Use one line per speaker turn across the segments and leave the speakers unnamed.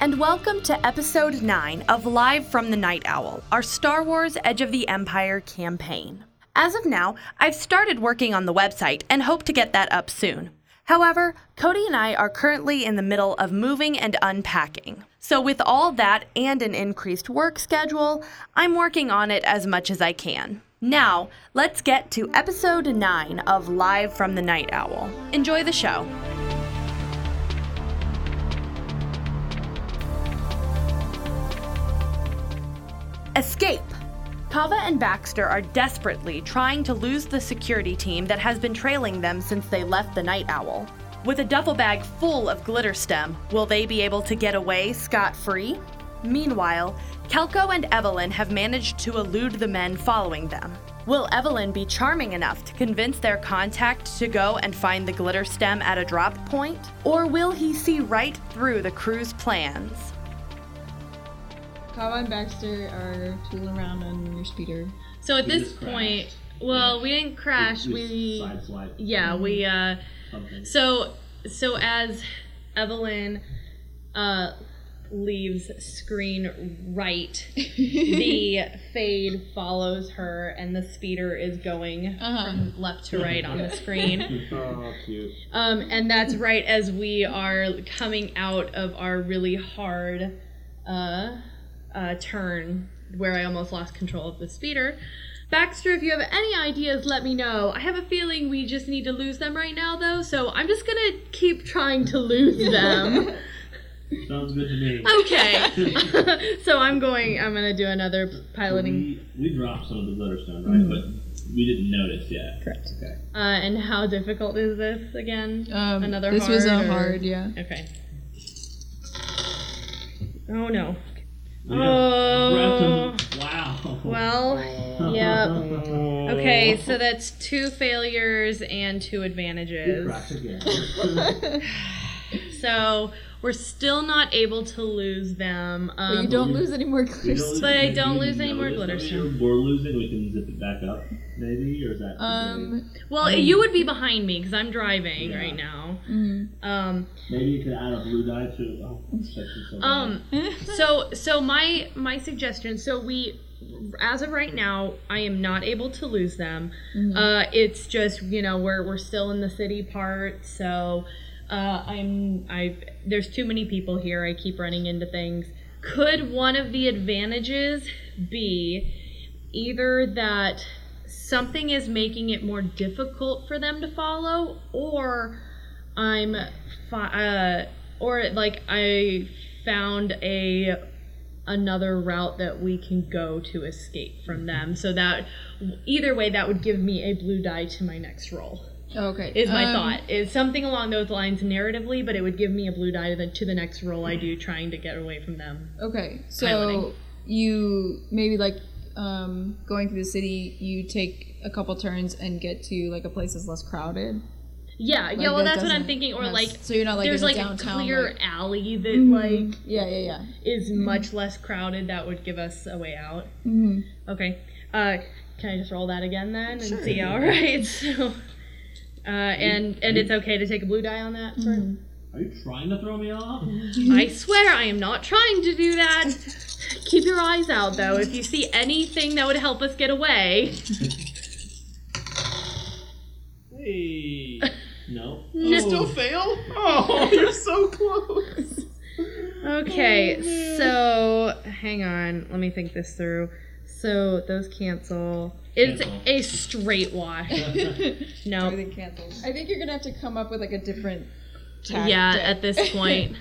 and welcome to episode 9 of Live from the Night Owl, our Star Wars Edge of the Empire campaign. As of now, I've started working on the website and hope to get that up soon. However, Cody and I are currently in the middle of moving and unpacking. So, with all that and an increased work schedule, I'm working on it as much as I can. Now, let's get to episode 9 of Live from the Night Owl. Enjoy the show. Escape! Kava and Baxter are desperately trying to lose the security team that has been trailing them since they left the Night Owl. With a duffel bag full of glitter stem, will they be able to get away scot free? Meanwhile, Kelko and Evelyn have managed to elude the men following them. Will Evelyn be charming enough to convince their contact to go and find the glitter stem at a drop point? Or will he see right through the crew's plans?
Kava and Baxter are tooling around on your speeder.
So at
We
this
just crashed.
point, well, we didn't crash.
We-
We,
we side slide.
yeah, we uh,
Something.
so so as Evelyn uh leaves screen right, the fade follows her, and the speeder is going from left to right on the screen.
Oh, cute.
Um, and that's right as we are coming out of our really hard uh, uh, turn where I almost lost control of the speeder. Baxter, if you have any ideas, let me know. I have a feeling we just need to lose them right now, though, so I'm just gonna keep trying to lose them.
Sounds good to me.
okay. so I'm going, I'm gonna do another piloting.
We, we dropped some of the glitterstone, right?
Mm.
But we didn't notice yet.
Correct.
Okay.
Uh, and how difficult is this again?
Um,
Another
this was a
hard or-
hard, yeah.
Okay. Oh no.
We got
Oh.
Breath of- wow.
Well, yep. Okay, so that's two failures and two
We
advantages.
cracked again.
So we're still not able to lose them. Um,
But you don't lose any more
We
glitter.
don't lose-
But I don't
we
lose any more
notice. I mean,
glitterstone.
if We're losing. We can zip it back up, maybe, or is that?
Uh,
Um,
well, you would be behind me because I'm driving
Yeah.
right now.
mm.
Um,
maybe you could add a blue dye to. Oh, section somewhere.
um, so so my my suggestion. So we, as of right now, I am not able to lose them. Uh, it's just you know we're we're still in the city part, so uh, I'm I there's too many people here. I keep running into things. Could one of the advantages be either that something is making it more difficult for them to follow, or I'm fi- uh, or like I found a another route that we can go to escape from them. So that either way, that would give me a blue die to my next roll.
Okay.
Is my
um,
thought is something along those lines narratively, but it would give me a blue die to the, to the next roll I do trying to get away from them.
Okay, so
Piloting.
you maybe like um, going through the city, you take a couple turns and get to like a place that's less crowded.
Yeah,
Like,
yeah. Well,
that
that's what I'm
doesn't
thinking. Or
mess-
like.
so you're not like
There's
in a
like
downtown.
a clear
like-
alley that like
yeah, yeah, yeah.
is much less crowded that would give us a way out.
Mm-hmm.
Okay. Uh, can I just roll that again then and see? All right. So, uh, and and it's okay to take a blue die on that. For,
Are you trying to throw me off?
I swear I am not trying to do that. Keep your eyes out though. If you see anything that would help us get away,
Hey. No.
No.
fail? Oh, you're so close.
Okay, so hang on, let me think this through. So those cancel. It's
Cancel.
a straight wash. no.
Everything cancels. I think you're gonna have to come up with like a different. Tactic.
Yeah, at this point.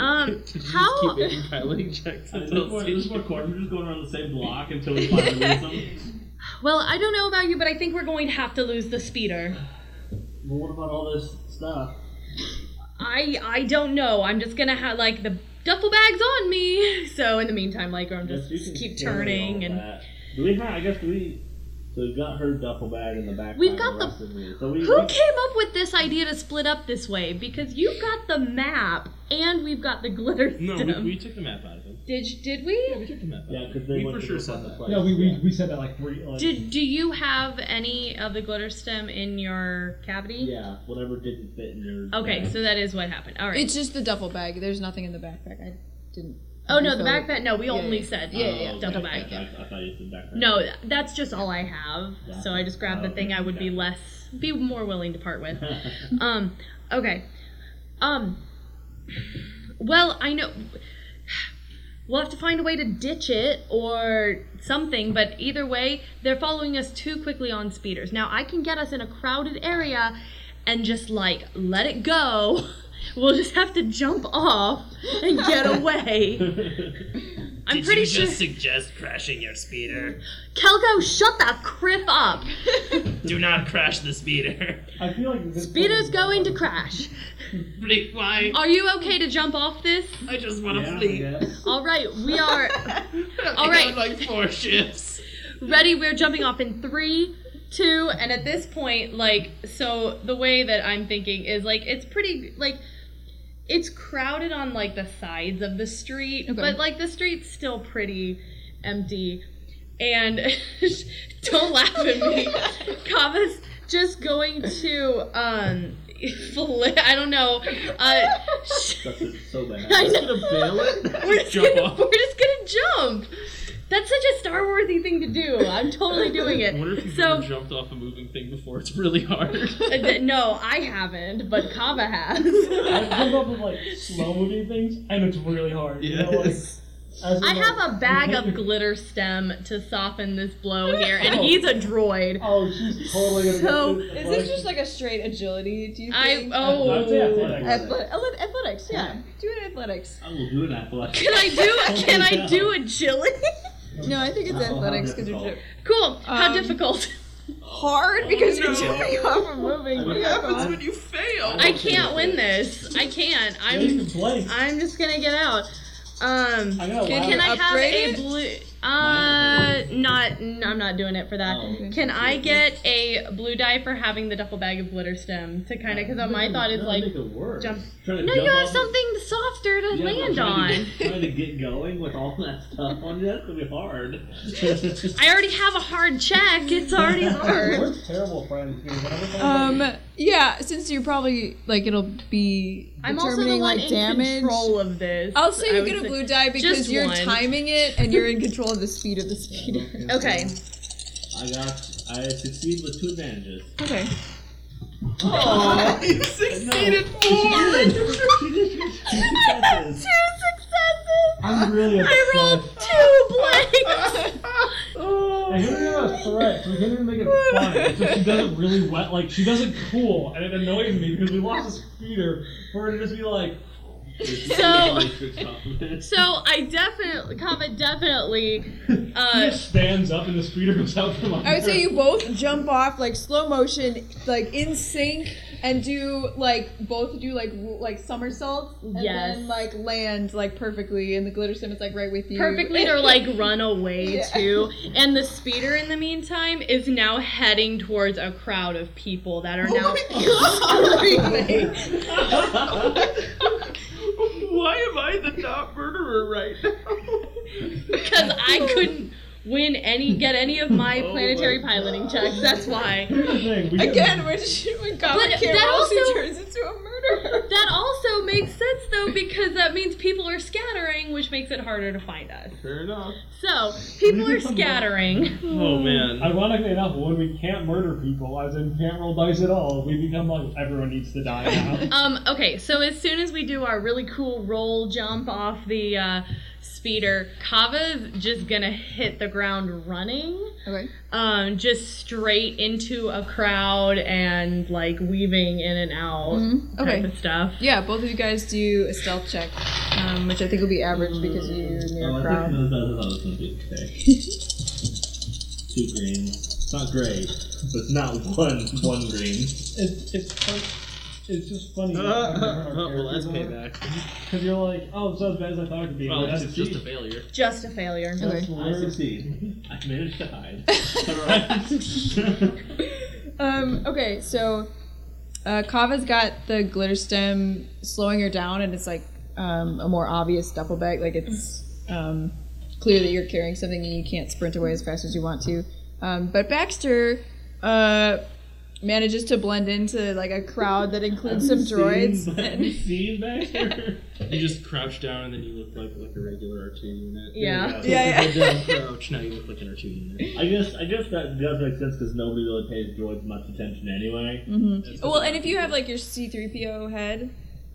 Um, how?
making piloting checks
At this
until
point, at this point, Corbin, we're just going around the same block until we finally lose them.
Well, I don't know about you, but I think we're going to have to lose the speeder.
Well, what about all this stuff?
I I don't know. I'm just gonna have like the duffel bags on me. So in the meantime, like I'm
Yes,
just
you can
keep
carry all
turning and
that. Do we have? I guess do we. So we've got her duffel bag in the back.
We've
pocket,
got the-
rest of me. So we,
Who
we-
came up with this idea to split up this way? Because you've got the map and we've got the glitter
No,
stem.
we, we took the map out of him.
did did
Yeah,
we?
we took the map out.
Yeah,
of him.
because they
we
went
for
to
sure
the
said
front
that.
place.
Yeah, we, we, we said that like three. Like,
Did do you have any of the glitter stem in your cavity?
Yeah, whatever didn't fit in your.
Okay, so that is what happened. All right.
It's just the duffel bag. There's nothing in the backpack. I didn't.
oh no, the
refill it.
backpack. No, we
Yeah,
only
yeah.
said
Yeah,
Oh,
yeah,
okay.
duffel
I
bag.
thought- I, thought you said backpack.
No, that's just all I have. So I just grabbed the
Oh,
thing I would be less, be more willing to part with. um, okay. Um. Well, I know. We'll have to find a way to ditch it or something, but either way, they're following us too quickly on speeders. Now, I can get us in a crowded area and just like let it go. We'll just have to jump off and get away. I'm
Did
pretty
you
sure.
just suggest crashing your speeder?
Kelgo, shut the crip up.
Do not crash the speeder.
I feel like this
Peter's going to crash.
Flee, why?
Are you okay to jump off this?
I just want to
Yeah, I
flee.
guess.
All right, we are All right.
like four shifts.
ready. We're jumping off in three, two, and at this point, like, so the way that I'm thinking is like, it's pretty, like, it's crowded on like the sides of the street,
Okay.
but like the street's still pretty empty. And don't laugh at me. Kava's just going to um flip. I don't know. Uh, sh-
That's just so bad.
I know.
bail it.
We're just,
Jump
gonna,
off.
we're just gonna jump. That's such a Star Warsy thing to do. I'm totally doing
I wonder if
it.
you've
So
ever jumped off a moving thing before. It's really hard.
uh, th- no, I haven't, but Kava has.
I've come up with like slow moving things, and it's really hard. You know, like,
Yes.
as in,
I
like-
have a bag of glitter stem to soften this blow here, and he's a droid.
Oh, she's totally gonna
So,
get
Is this just like a straight agility? Do you
I
think?
That's it,
oh.
athletic.
Athle- athle- athletics, yeah. Do it athletics.
I will do an athletic.
Can I do? Can I do agility?
No, I think it's
how
athletics because
difficult.
you're
Cool. How
Um,
difficult?
hard because you're
no.
jumping off and moving.
What
happens when you fail?
I can't win this. I can't. I'm.
play.
I'm just gonna get out. Um.
I got a
Can I have
Upgrade
a
it?
blue? Uh, not. n- I'm not doing it for that.
Oh.
Can I get a blue die for having the duffel bag of glitter stem to kind of? Because my thought is like,
Make it worse.
jump-
Trying to
no,
jump
you have
off-
something softer to
Yeah, trying
land
to
on.
get- Trying to get going with all that stuff on you, that's gonna be hard.
I already have a hard check. It's already hard.
We're terrible friends. Dude. Whenever someone-
Um, yeah, since you're probably like it'll be
I'm also the
determining
one
like
in
damage.
control of this.
I'll say
I
you
would
get a
say-
blue die because
Just
you're
one.
timing it and you're in control of the speed of the speeder.
Okay.
I got. I succeed with two advantages.
Okay.
You succeeded
She just- she just- she successes.
successes.
I'm really upset.
I rolled two blanks.
And here we are a threat. We can't even make it fun. So she doesn't really wet. Like she doesn't cool, and it annoys me because we lost this feeder for her to just be like,
So-
Matrix compliments.
So I definitely, comma definitely,
she
uh,
just stands up and this feeder goes out from under.
I would say you both jump off like slow motion, like in sync, and do like both do like ro- like somersaults, and
Yes.
then like land like perfectly, and the glitter sim is like right with you.
perfectly to like run away
Yeah.
too. And the speeder in the meantime is now heading towards a crowd of people that are now
Why am I the top murderer right now?
because I couldn't win any get any of my planetary piloting checks. That's why.
Here's the thing. We Get,
Again, when she when Gama
But
can't
that
roll,
also-
she turns into a murderer.
That also makes sense though because that means people are scattering, which makes it harder to find us.
Fair enough.
So people are scattering.
Oh man.
ironically enough, when we can't murder people, as in can't roll dice at all, we become like everyone needs to die now.
Um, okay, so as soon as we do our really cool roll jump off the uh, speeder, Kava's just gonna hit the ground running,
Okay.
um, just straight into a crowd and like weaving in and out type
Okay.
of stuff.
Yeah, both of you guys do a stealth check, um, which I think will be average because you're near
Oh,
a
I
crowd.
think that's how it's gonna be today. Two green. It's not great, but it's not one one green.
It's, it's like It's just funny.
Uh, well, that's payback.
Because you're like, oh, it's not as bad as I thought it could be.
Well,
but
it's
that's
just a
cheap.
failure.
Just a failure.
Okay.
I succeed. I managed to hide. Alright.
Um, okay, so uh, Kava's got the glitter stem slowing her down, and it's like um, a more obvious duffel bag. Like it's um, clear that you're carrying something and you can't sprint away as fast as you want to. Um, but Baxter uh, manages to blend into like a crowd that includes some droids. And
Seen back here?
You just crouch down and then you look like like a regular R two unit.
Yeah.
yeah, yeah.
Down crouch. Now you look like an R two unit.
I guess I guess that does make sense because nobody really pays droids much attention anyway.
Mm-hmm.
Well, and if you have like your C3PO head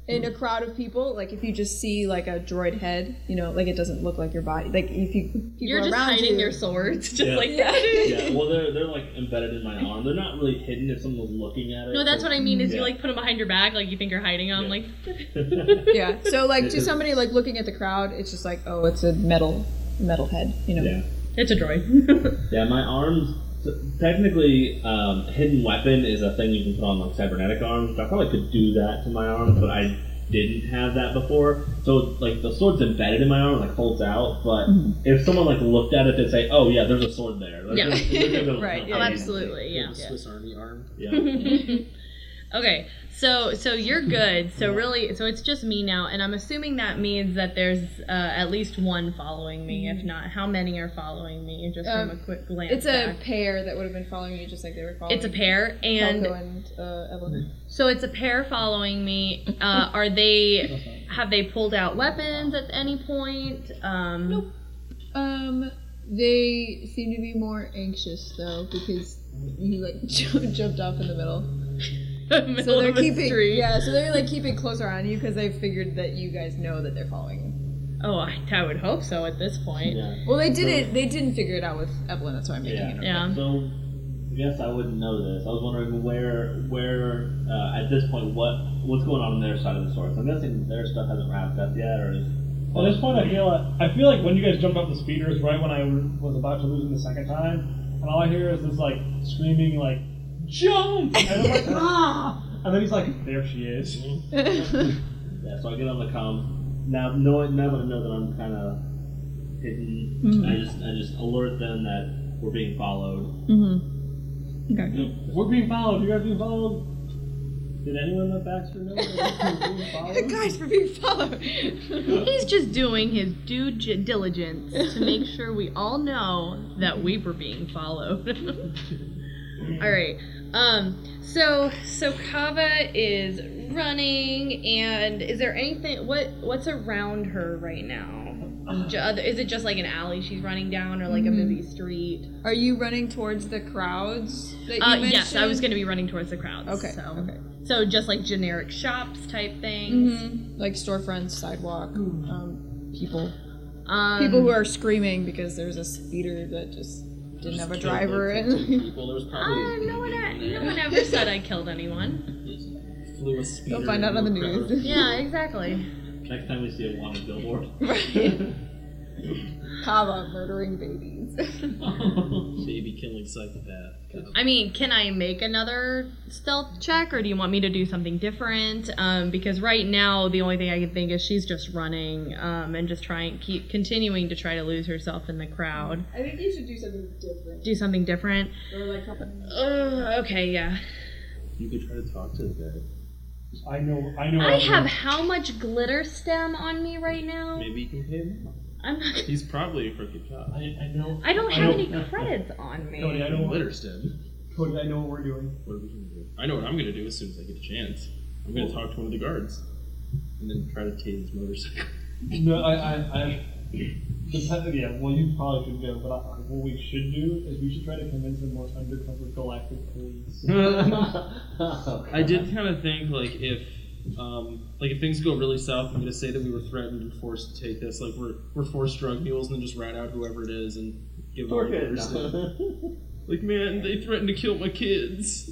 in a crowd of people, like if you just see like a droid head, you know, like it doesn't look like your body. Like if you people
You're just
around
hiding
you-
your swords, just
Yeah.
like
Yeah.
that.
Yeah, well, they're they're like embedded in my arm. They're not really hidden if someone's looking at it.
No, that's what I mean. Is
Yeah.
you like put them behind your back, like you think you're hiding them,
Yeah.
like
yeah. So like to
is-
somebody like looking at the crowd, it's just like, oh, it's a metal metal head, you know.
yeah,
it's a droid.
yeah. My arms. Technically, um, hidden weapon is a thing you can put on like cybernetic arms. I probably could do that to my arms, but I didn't have that before. So like the sword's embedded in my arm, like holds out. But if someone like looked at it, they'd say, "Oh yeah, there's a sword there." They're
Yeah.
gonna- they're gonna-
Right, yeah.
oh, absolutely. Yeah.
Swiss Army arm.
Yeah.
Okay. So so you're good. So really, so it's just me now, and I'm assuming that means that there's uh, at least one following me. If not, how many are following me? Just
Um,
from Mm-hmm. a quick glance.
It's a
back.
pair that would have been following you just like they were following.
It's a pair, and
Falco and uh, Evelyn.
so it's a pair following me. Uh, are they? Have they pulled out weapons at any point? Um,
Nope.
Mm-hmm.
Um, they seem to be more anxious though because he like ju- jumped off in the middle.
Middle
So they're
of the
keeping
street.
yeah. So they're like keeping closer on you because they figured that you guys know that they're following.
Oh, I, I would hope so at this point.
yeah.
you. Well, they didn't. They didn't figure it out with Evelyn. That's why I'm making
Yeah.
it. up.
Yeah.
So, I guess I wouldn't know this. I was wondering where, where uh, at this point, what what's going on on their side of the source. I'm guessing their stuff hasn't wrapped up yet, or is
Well, at this point, I feel like, I feel like when you guys jumped off the speeder is right when I was about to lose him the second time, and all I hear is this like screaming like jump, and I'm like ah, and then he's like there she is.
Mm-hmm.
yeah. So I get on the comms now. Knowing now that I know that I'm kind of hidden,
Mm-hmm.
I just I just alert them that we're being followed.
Mm-hmm.
We're being followed. You guys being followed. Did anyone let Baxter know that we were being followed?
Guys, we're being followed.
He's just doing his due gi- diligence to make sure we all know that we were being followed. all right. Um. So so Kava is running, and is there anything? What what's around her right now?
Uh.
Ju- other- Is it just like an alley she's running down, or like a busy
Mm-hmm.
street?
Are you running towards the crowds? That you
Uh, yes, I
mentioned?
was going to be running towards the crowds.
Okay,
So.
okay.
So just like generic shops type things.
Mhm. Like storefronts, sidewalk, um, people.
Um,
People who are screaming because there's a speeder that just didn't have a driver
Fifteen
in.
people. There was
Uh,
probably
no one, no one ever said I killed anyone.
flew a speeder.
You'll find out on the
into a crowd.
news.
Yeah, exactly.
Next time we see a wanted billboard.
Kava murdering babies.
Baby killing psychopath.
I mean, can I make another stealth check, or do you want me to do something different? Um, because right now, the only thing I can think is she's just running um, and just trying, keep continuing to try to lose herself in the crowd.
I think you should do something different.
Do something different.
Or like something.
Ugh, okay, yeah.
You could try to talk to the guy.
I know. I know.
I have how much glitter stem on me right now?
Maybe you can pay him. off.
I'm not.
He's probably a crooked cop.
I, I know.
I don't
I
have
know-
any credits on
Cody,
me.
I know. What,
Glitter stem.
Cody, I know what we're doing.
What are we gonna do? I know what I'm gonna do as soon as I get a chance. I'm gonna talk to one of the guards, and then try to tase his motorcycle.
No, I, I, I depend, yeah, well, you probably should go, but I, I- what we should do is we should try to convince the more undercover galactic police.
I did kind of think like if um, like if things go really south, I'm gonna say that we were threatened and forced to take this. Like we're we're forced drug mules, and then just rat out whoever it is and give them
We're
our
good
glitter
enough.
stem. Like man, they threatened to kill my kids.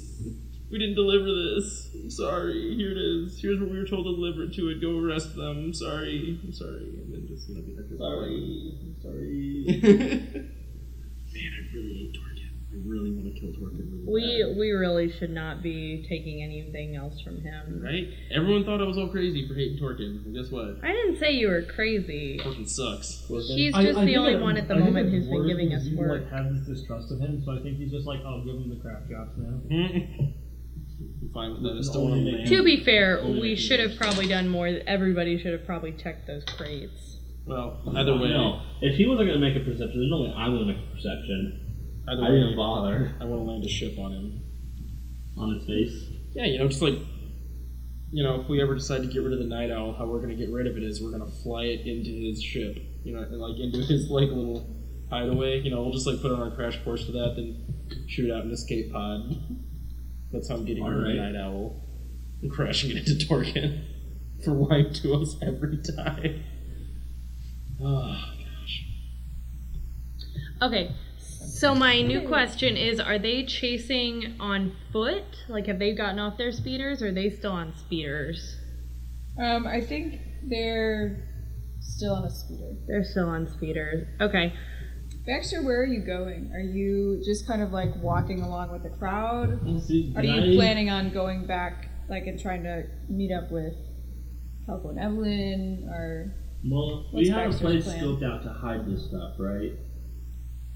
We didn't deliver this. I'm sorry. Here it is. Here's what we were told to deliver it to. It go arrest them. I'm sorry. I'm sorry. And then just you know be like
Sorry, sorry.
Man, I really hate Target. I I really want to kill Torkin. Really
We we really should not be taking anything else from
bad,
him.
right? Everyone thought I was all crazy for hating Torkin. And guess what?
I didn't say you were crazy.
Torkin sucks.
She's just the only one at the moment who's been giving us
you,
work.
Like, have this distrust of him, so I think he's just like, oh, give him the crap jobs now.
I'm fine with that. I still
Only
want to
make-
land.
To be fair, we should have probably done more. Everybody should have probably checked those crates.
Well, either way,
no. If he wasn't going to make a perception, there's no way I'm going to make a perception.
either
I
way,
didn't bother.
I want to land a ship on him.
On his face.
Yeah, you know, just like, you know, if we ever decide to get rid of the night owl, how we're gonna get rid of it is we're gonna fly it into his ship, you know, and like into his like little hideaway. You know, we'll just like put on our crash course for that, then shoot it out an escape pod. That's how I'm getting rid of the
Alright.
night owl and crashing it into Torkin for lying to us every time. Oh gosh.
Okay, so my new question is: Are they chasing on foot? Like, have they gotten off their speeders? Or are they still on speeders?
Um, I think they're still on a speeder.
They're still on speeders. Okay.
Baxter, where are you going? Are you just kind of like walking along with the crowd?
See,
Are
did
you
I-
planning on going back, like, and trying to meet up with Helco and Evelyn? Or
Well, we
What's
have a
Baxter's
place
plan?
scoped out to hide this stuff, right?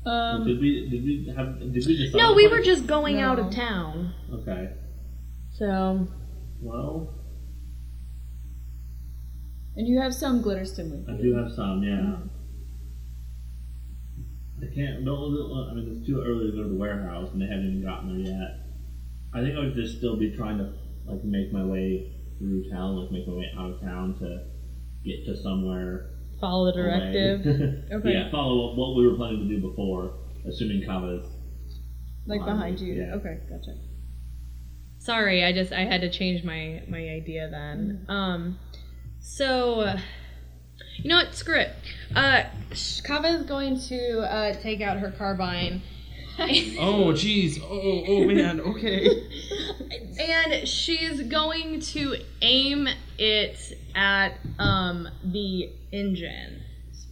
um,
did we? Did we have? Did we decide?
No,
on
we
what-
were just going out of
No.
town.
Okay.
So
Well,
and you have some Glitterstim with
I
you.
do have some. Yeah.
Mm.
I can't. Don't. I mean, it's too early to go to the warehouse, and they haven't even gotten there yet. I think I would just still be trying to like make my way through town, like make my way out of town to get to somewhere.
follow the
away.
directive.
Okay.
Yeah. Follow up what we were planning to do before, assuming Kava's.
Like
Behind
behind
you,
you.
yeah.
Okay, gotcha.
Sorry, I just I had to change my my idea then.
Mm.
Um, so uh, you know what? Screw it. Uh, sh- Kava is going to uh, take out her carbine,
Oh jeez. Oh oh man. Okay.
and she's going to aim it at um the engine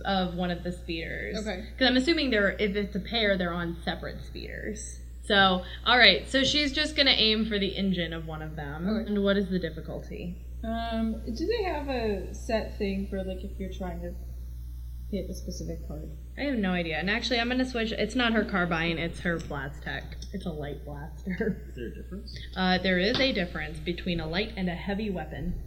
of one of the speeders.
Okay.
Because I'm assuming they're if it's a pair, they're on separate speeders. So all right, so she's just gonna aim for the engine of one of them.
Okay.
And what is the difficulty?
Um, do they have a set thing for like if you're trying to hit a specific card?
I have no idea. And actually, I'm gonna switch. It's not her carbine. It's her blastech. It's a light blaster.
Is there a difference?
Uh, there is a difference between a light and a heavy weapon.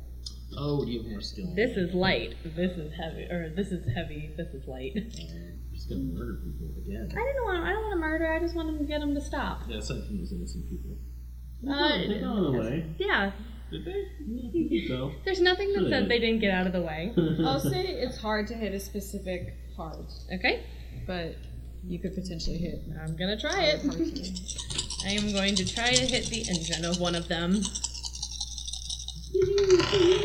Oh, do you have more skill? in
This
that?
is light. This is heavy. Or this is heavy. This is light. I
I'm just gonna murder people again.
don't want. I don't want to murder. I just want to get them to stop. Uh,
Yeah, aside from those innocent people.
They got out of the way.
yeah.
Did they?
Yeah, I think so.
There's nothing that
Sure they
said
did.
they didn't get out of the way.
Oh,
I'll say it's hard to hit a specific card,
Okay.
but you could potentially hit.
I'm gonna try it. I am going to try to hit the engine of one of them.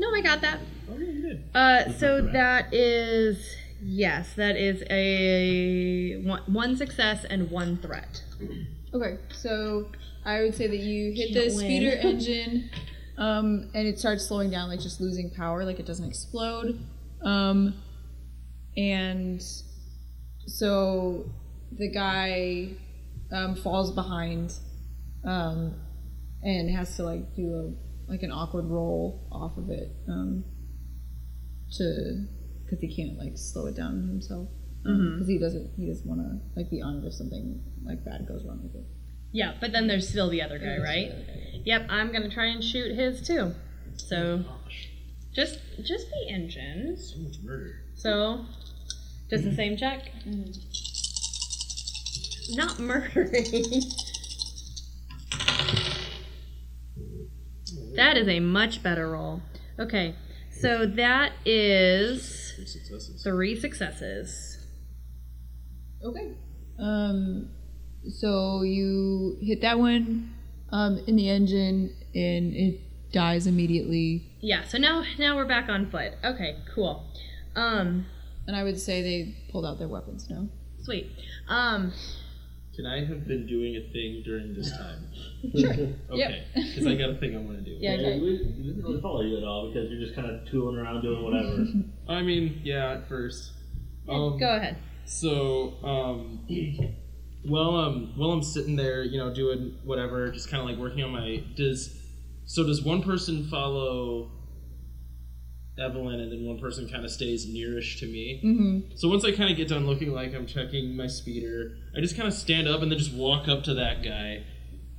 No, I got that.
Oh yeah, you did.
Uh, so that is yes, that is a one, one success and one threat.
Okay, so I would say that you hit the
Can't win.
speeder engine, um, and it starts slowing down, like just losing power, like it doesn't explode. Um, and so the guy um, falls behind um, and has to like do a like an awkward roll off of it um, to because he can't like slow it down himself because
Mm-hmm.
he doesn't he doesn't want to like be on it if something like bad goes wrong with it.
Yeah, but then there's still the other guy, right? Yep, I'm gonna try and shoot his too. So just just the engine.
So much murder. Mm-hmm.
So just the same check. Not murdering. that is a much better roll. Okay, so that is.
Three successes.
Three successes.
Okay. Um, so you hit that one um, in the engine, and it dies immediately.
Yeah, so now now we're back on foot. Okay, cool. Um,
And I would say they pulled out their weapons. No.
sweet. Um,
Can I have been doing a thing during this time? Okay. Because I got a thing I want to do.
Yeah.
Yeah, we we didn't really follow you at all because you're just kind of tooling around doing whatever.
I mean, yeah, at first. Um,
go ahead.
So, um, while um while I'm sitting there, you know, doing whatever, just kind of like working on my does. So does one person follow Evelyn, and then one person kind of stays nearish to me. Mm-hmm. So once I kind of get done looking like I'm checking my speeder, I just kind of stand up and then just walk up to that guy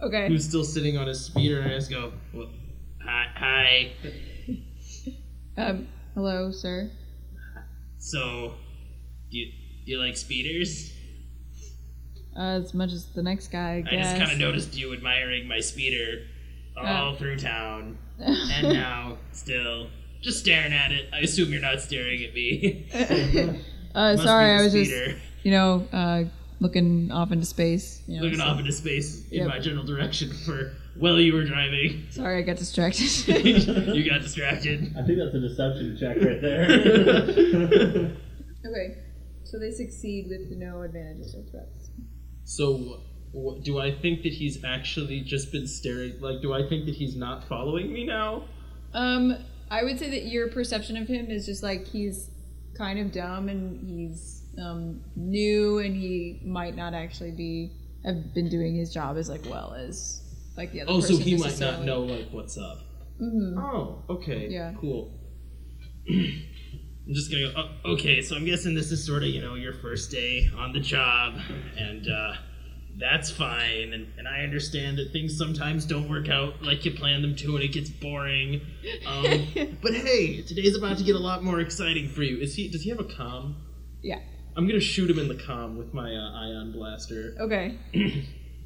Okay.
who's still sitting on his speeder, and I just go, well, "Hi, hi."
Um, hello, sir.
So, do you, do you like speeders?
Uh, as much as the next guy, I
I
guess.
just kind of noticed you admiring my speeder all
Oh.
through town, and now still just staring at it. I assume you're not staring at me.
uh,
Must
sorry,
be the
I was just,
speeder.
you know, uh, looking off into space. You know,
looking
so-
off into space in
Yep.
my general direction for while you were driving.
Sorry, I got distracted.
you got distracted.
I think that's a deception check right there.
okay, so they succeed with no advantages or threats.
So, wh- do I think that he's actually just been staring? Like, do I think that he's not following me now?
Um, I would say that your perception of him is just like he's kind of dumb and he's um, new and he might not actually be have been doing his job as like well as like the other.
Oh, so
person
he might not
necessarily.
know like what's up. Oh, okay.
Mm-hmm. Yeah.
Cool. I'm just gonna go. Oh, okay, so I'm guessing this is sort of you know your first day on the job, and uh, that's fine. And, and I understand that things sometimes don't work out like you plan them to, and it gets boring. Um, but hey, today's about to get a lot more exciting for you. Is he? Does he have a comm?
Yeah.
I'm gonna shoot him in the comm with my uh, ion blaster.
Okay.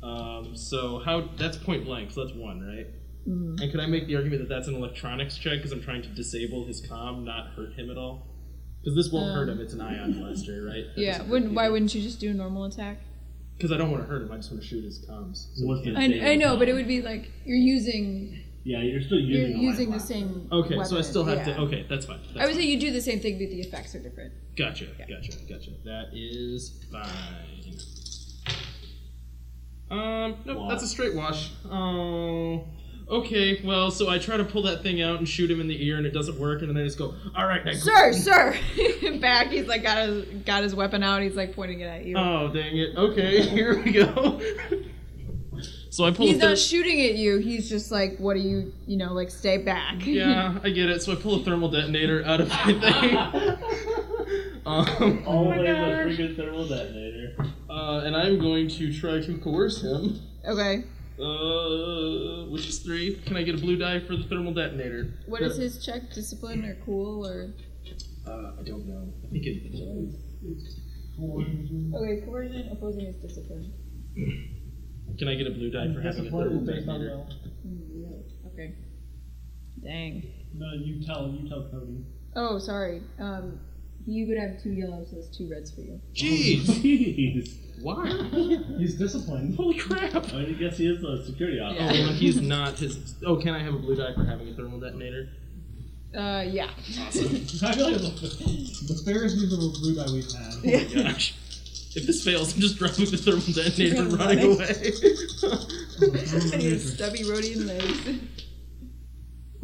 Um, so how that's point blank, so that's one, right?
Mm-hmm.
And could I make the argument that that's an electronics check because I'm trying to disable his comm, not hurt him at all? Because this won't hurt him. It's an ion blaster, right?
Um, Yeah. Wouldn't, why wouldn't you just do a normal attack?
Because I don't want to hurt him. I just want to shoot his comms. So
What's the
I,
date
I know, but
on that?
it would be like you're using
Yeah, you're still
you're
using. a
using the
lifeline.
same.
okay, so I
weapon,
still have
yeah.
to. Okay, that's fine. That's
I would
fine.
say you do the same thing, but the effects are different.
Gotcha, gotcha, gotcha. That is fine. Um, nope,
Wow.
that's a straight wash. Oh, okay. Well, so I try to pull that thing out and shoot him in the ear, and it doesn't work, and then I just go, "All right, I
Sir, sir, back. He's like got his got his weapon out. He's like pointing it at you.
Oh dang it! Okay, here we go. so I pull.
He's
a thir-
not shooting at you. He's just like, what do you, you know, like stay back.
yeah, I get it. So I pull a thermal detonator out of my thing. um,
Oh
Always a pretty good thermal detonator.
uh, and I'm going to try to coerce him.
okay.
Uh, which is three. Can I get a blue die for the thermal detonator?
What is his check? Discipline or cool or?
Uh, I don't know. I think it.
Okay, coercion opposing is discipline.
Can I get a blue die for having a
Discipline
thermal
is based on
detonator?
will.
Okay. Dang.
No, you tell. You tell Cody.
Oh, sorry. Um, you would have two yellows, so that's two reds for you.
Jeez,
Jeez.
why?
He's disciplined.
Holy crap!
I mean, I guess he is a security officer.
Oh, well, he's not his. Oh, can I have a blue die for having a thermal detonator?
Uh, yeah.
I feel like the, the fairest reasonable blue that we've had.
Oh gosh. If this fails, I'm just dropping the thermal detonator and running away.
and he has stubby Rhodian legs.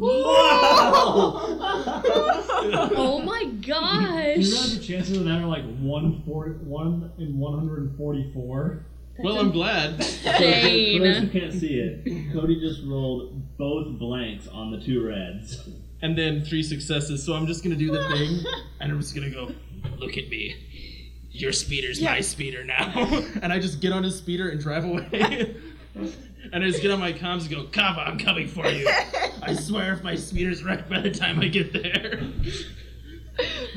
Oh my
You
gosh.
realize the chances of that are like one four, one in 144?
well, I'm glad.
For those who
Shane.
can't see it, Cody just rolled both blanks on the two reds.
And then three successes, so I'm just gonna do the thing, and I'm just gonna go, look at me. Your speeder's my speeder now. and I just get on his speeder and drive away. and I just get on my comms and go, Kava, I'm coming for you. I swear if my speeder's wrecked by the time I get there.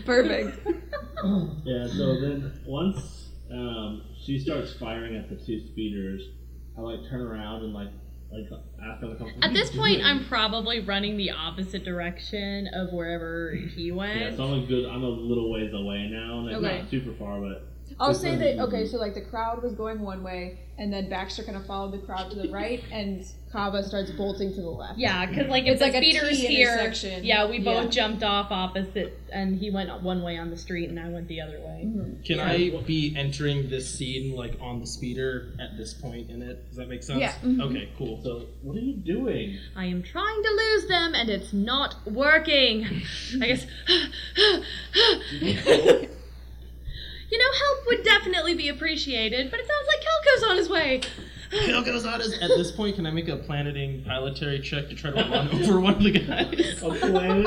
Perfect.
Yeah, so then once um, she starts firing at the two speeders, I like turn around and like like ask them to come.
At this point, I'm probably running the opposite direction of wherever he
Yeah,
went.
so I'm a good. I'm a little ways away now, and it's
Okay.
not super far, but
I'll say that okay, so like the crowd was going one way, and then Baxter kind of followed the crowd to the right, and Kava starts bolting to the left.
Yeah, because like if
It's
the
like a
speeder's
T
here,
intersection.
yeah, we both
Yeah.
jumped off opposite, and he went one way on the street, and I went the other way.
Mm-hmm.
Can I be entering this scene like on the speeder at this point in it? Does that make sense?
Yeah.
Okay, cool. So
so what are you doing?
I am trying to lose them, and it's not working. I guess. you know, help would definitely be appreciated, but it sounds like goes on his way.
Kill goes on his. At this point, can I make a planeting pilotary check to try to run over one of the guys?
A planet.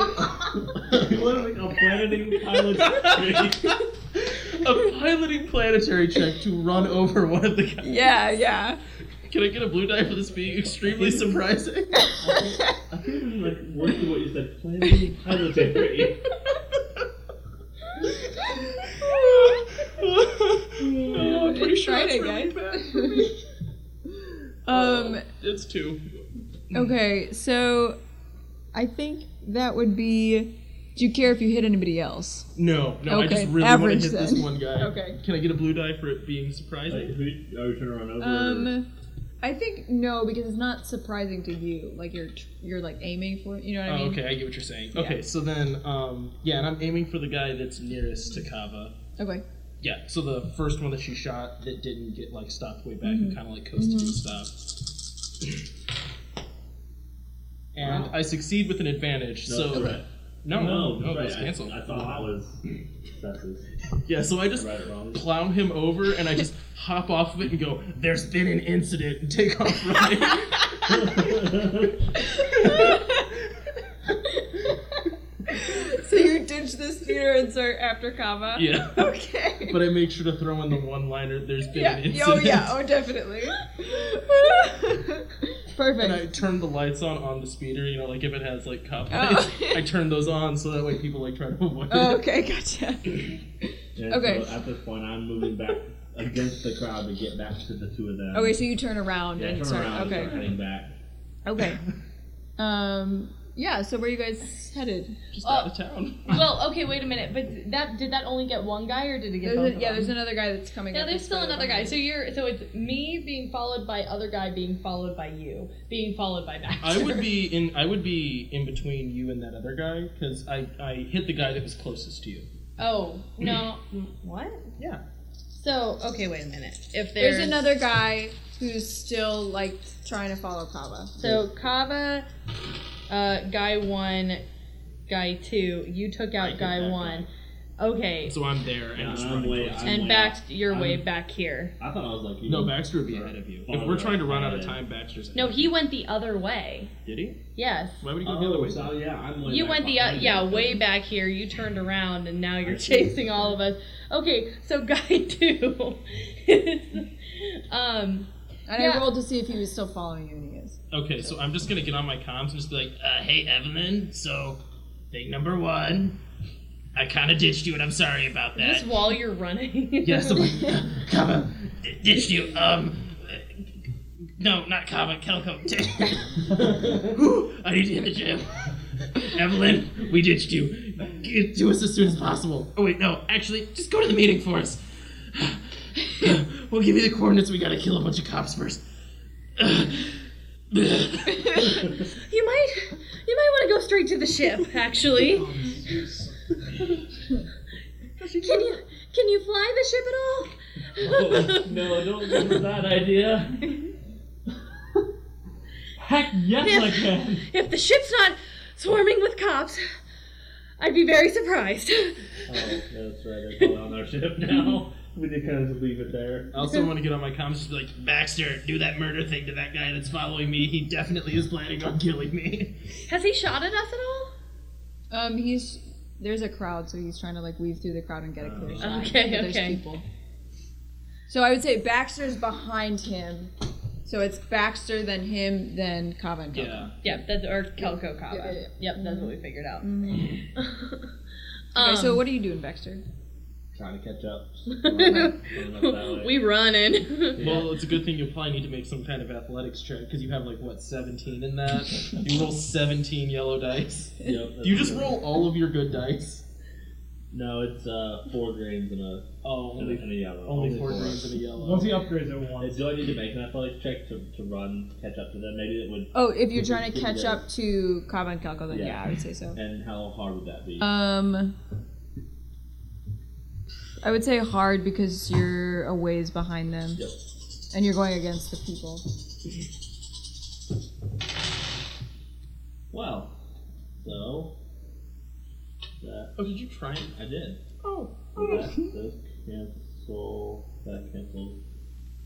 literally a planeting pilot.
a piloting planetary check to run over one of the guys.
Yeah, yeah.
Can I get a blue die for this being extremely surprising?
I think this is like worse than what you said. Planeting pilotary.
no, I'm pretty
It's
sure
Friday,
it's really
guys.
bad for me.
Um.
It's two.
Okay, so I think that would be. Do you care if you hit anybody else?
No, no, I
Okay,
just really want to
average
hit this
then.
one guy.
Okay.
Can I get a blue die for it being
Like,
surprising?
who are we turning around over?
Um, I think no because it's not surprising to you. Like you're you're like aiming for it. You know what I
Oh,
mean?
okay, I get what you're saying. Okay, so then, um, yeah, and I'm aiming for the guy that's nearest to Kava.
Okay.
Yeah, so the first one that she shot that didn't get like stopped way back
Mm-hmm.
and kind of like coasted to a stop. And I succeed with an advantage.
No,
so
that's right.
no,
no,
no,
that's
it
right.
Oh, was canceled.
I, I thought that was successes.
yeah, so I just
Right or wrong?
clown him over and I just hop off of it and go, "There's been an incident," and take off running.
So you ditch this theater and start after Kava.
yeah,
Okay.
but I make sure to throw in the one-liner. There's been
Yeah.
an incident.
Oh yeah. Oh definitely.
And I
Perfect.
turn the lights on on the speeder, you know, like if it has like cop
Oh.
lights, I turn those on so that way people like try to avoid
Oh,
it.
okay. Gotcha.
And
Okay.
So at this point, I'm moving back against the crowd to get back to the two of them.
Okay. So you turn around
yeah,
and
turn
start.
around and start
okay.
heading back.
Okay. Um. Yeah. So where are you guys headed?
Just
Oh.
out of town.
Well, okay, wait a minute. But that did that only get one guy, or did it
There's
get both?
a,
of
yeah.
them?
There's another guy that's coming.
No,
up
there's
that's
still
further
another guy.
behind.
So you're so it's me being followed by other guy being followed by you being followed by Baxter.
I would be in. I would be in between you and that other guy because I I hit the guy that was closest to you.
Oh no, what?
Yeah.
So okay, wait a minute. If there's,
There's another guy who's still like trying to follow Kava.
so Kava, uh, guy one, guy two. You took
I
out
took
guy
that
one. Okay,
So I'm there and
Yeah,
just
I'm
running
way-
towards
I'm-
you.
and
way
Baxter, you're way
I'm-
back here.
I thought I was like you.
No, Baxter would be ahead of you. If we're trying to run out of time, Baxter's.
No,
ahead.
he went the other way.
did he.
Yes.
Why would he go the other
Oh,
way?
so yeah, I'm way
You
back
went the uh,
behind
yeah
you.
way back here. You turned around and now you're
I see.
chasing all of us. Okay, so guy two, is, um,
And
Yeah.
I rolled to see if he was still following you, and he is.
Okay, so I'm just gonna get on my comms and just be like, uh, "Hey, Evelyn. So, thing number one, I kind of ditched you, and I'm sorry about that.
just while you're running.
Yeah, so like, Kava d- ditched you. Um, uh, no, not Kava, Kelko. Whew, I need to hit the gym. Evelyn, we ditched you. Get to us as soon as possible. Oh wait, no, actually, just go to the meeting for us. we'll give you the coordinates. We gotta kill a bunch of cops first.
You might you might want to go straight to the ship, actually. can you can you fly the ship at all?
Oh, no, don't give me that idea.
Heck yes, I can.
If the ship's not swarming with cops, I'd be very surprised.
Oh, that's right. They're calling on our ship now. We did kind of just leave it there.
I also want to get on my comms and be like, Baxter, do that murder thing to that guy that's following me. He definitely is planning on killing me.
Has he shot at us at all?
Um, he's there's a crowd, so he's trying to like weave through the crowd and get a clear shot.
Okay,
But
okay.
There's people. So I would say Baxter's behind him. So it's Baxter, then him, then Kava and Kava.
Yeah, that's or Kelko Kava.
Yeah, Mm-hmm. yeah, yeah.
Yep, that's what we figured out.
Okay,
Um,
so what are you doing, Baxter?
Trying to catch up. Just running up- running up that way.
Um, we running.
Well, it's a good thing you probably need to make some kind of athletics check because you have like what seventeen in that. you roll seventeen yellow dice.
Yep,
Do you just
that's-
roll all of your good dice?
No, it's uh, four greens and a and
Oh,
a,
only,
and a yellow.
only four greens and a yellow.
Once he upgrades it once.
Hey, Do I need to make an athletic check to, to run, catch up to them? Maybe it would.
Oh, if you're
Mhm.
trying to catch
Yeah.
up to Kava and Kelko, then yeah.
Yeah.
I would say so.
And how hard would that be?
Um, I would say hard because you're a ways behind them.
Yep.
And you're going against the people.
Wow. So. That
Oh, did you try it?
I did. Oh. That, this cancel. That cancels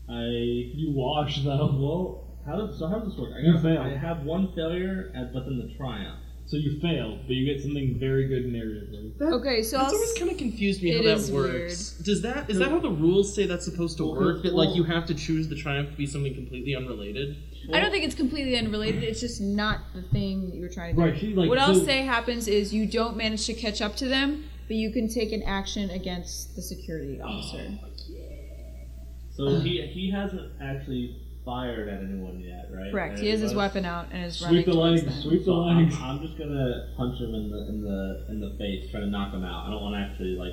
I
You wash though.
well, how does so how does this work? I
You
got-
fail.
I have one failure, and- but then the triumph.
So you fail, but you get something very good narratively.
Okay, so I'll
That's always
s-
kind of confused me
It
how that
is
works. Does that is that how the rules say that's supposed to work? That like you have to choose the triumph to be something completely unrelated.
I don't think it's completely unrelated. It's just not the thing that you were trying to do.
Right, she, like,
what I'll
so-
say happens is you don't manage to catch up to them, but you can take an action against the security officer.
So he he hasn't actually fired at anyone yet, right?
Correct.
And
He has his
what-
weapon out and is running
Sweep the
towards
legs,
them.
sweep the
So I'm,
legs.
I'm just gonna punch him in the in the in the face, try to knock him out. I don't want to actually like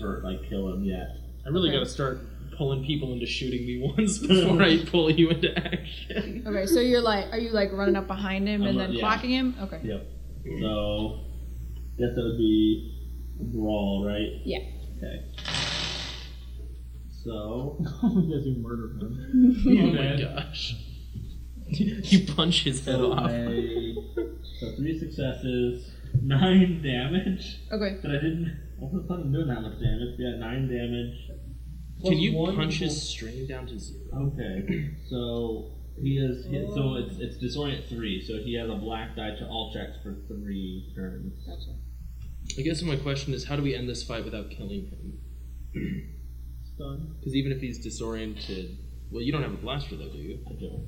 hurt, like kill him yet.
I really got to start pulling people into shooting me once before I pull you into action.
Okay, so you're like, are you like running up behind him and
I'm, uh,
then
yeah.
clocking him? Okay.
Yep. So guess that would be a brawl, right?
Yeah.
Okay. So
Yes, you murder him.
Oh my gosh! you punch his head off.
I- so three successes, nine damage.
Okay.
But I didn't. I wasn't planning on doing that much damage. Yeah, nine damage.
Can you
Plus one
punch
equals-
his string down to zero?
Okay, so he is. He, so it's it's disorient three. So he has a black die to all checks for three turns.
I guess my question is, how do we end this fight without killing him?
Stun.
Because even if he's disoriented, well, you don't have a blaster though, do you?
I don't.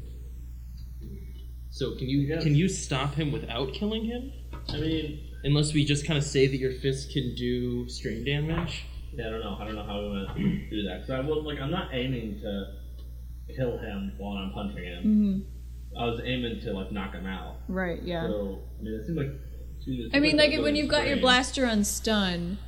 So can you
guess.
can you stop him without killing him?
I mean,
Unless we just kind of say that your fist can do strain damage.
yeah, I don't know. I don't know how we want to do that. So I was like, I'm not aiming to kill him while I'm punching him.
Mm-hmm.
I was aiming to like knock him out.
Right. Yeah.
So I mean, it seems like. geez, it
I mean,
seems
like
a
when
really
you've got your
strange-
blaster on stun,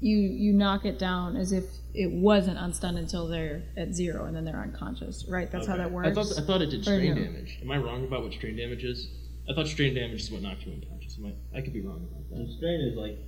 you you knock it down as if it wasn't on stun until they're at zero and then they're unconscious. Right. That's how
Okay.
that works.
I thought I thought it did
Or
strain
no.
damage. Am I wrong about what strain damage is? I thought strain damage is what knocked you unconscious. Am I, I could be wrong about that.
And strain is like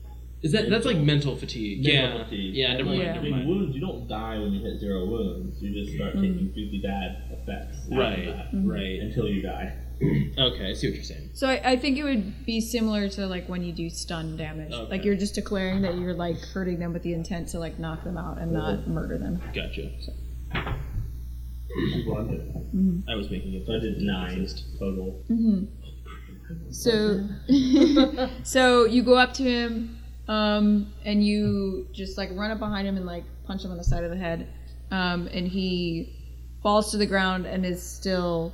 Is that that's like mental fatigue?
Mental
yeah,
fatigue.
yeah. Never
And,
mind.
like,
Yeah.
Never
in
mind.
wounds, you don't die when you hit zero wounds. You just start
Mm-hmm.
taking really bad effects. after
Right,
that,
right.
Until you die.
Okay, I see what you're saying.
So I, I think it would be similar to like when you do stun damage.
Okay.
Like you're just declaring that you're like hurting them with the intent to like knock them out and not murder them.
Gotcha.
So
I was making it.
I did nine total.
So so you go up to him um, and you just like run up behind him and like punch him on the side of the head. Um, and he falls to the ground and is still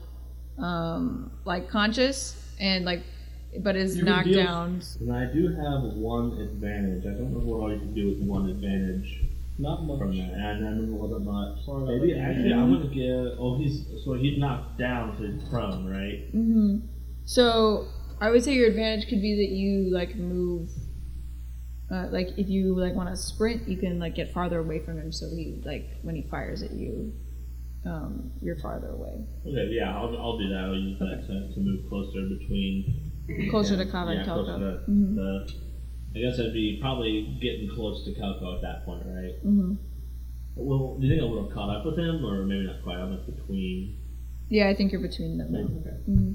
um, like conscious and like but is
You can
knocked
deal-
down.
And I do have one advantage. I don't know what all you can do with one advantage
Not much.
from that. And I remember what I'm not.
Sorry about
Maybe
that.
actually I'm gonna give. Oh, he's so he's knocked down, so he's prone, right?
So I would say your advantage could be that you like move. Uh, like if you like want to sprint, you can like get farther away from him. So he like when he fires at you, um, you're farther away,
Okay, yeah, I'll, I'll do that. I'll use that to, to move closer between.
closer
yeah,
to Mm-hmm. Kava
yeah,
and Kelko.
closer to the- I guess I'd be probably getting close to Kelko at that point, right?
Mhm.
Well, do you think I would have caught up with him, or maybe not quite? I'm like between.
Yeah, I think you're between them. now.
Okay.
Mhm.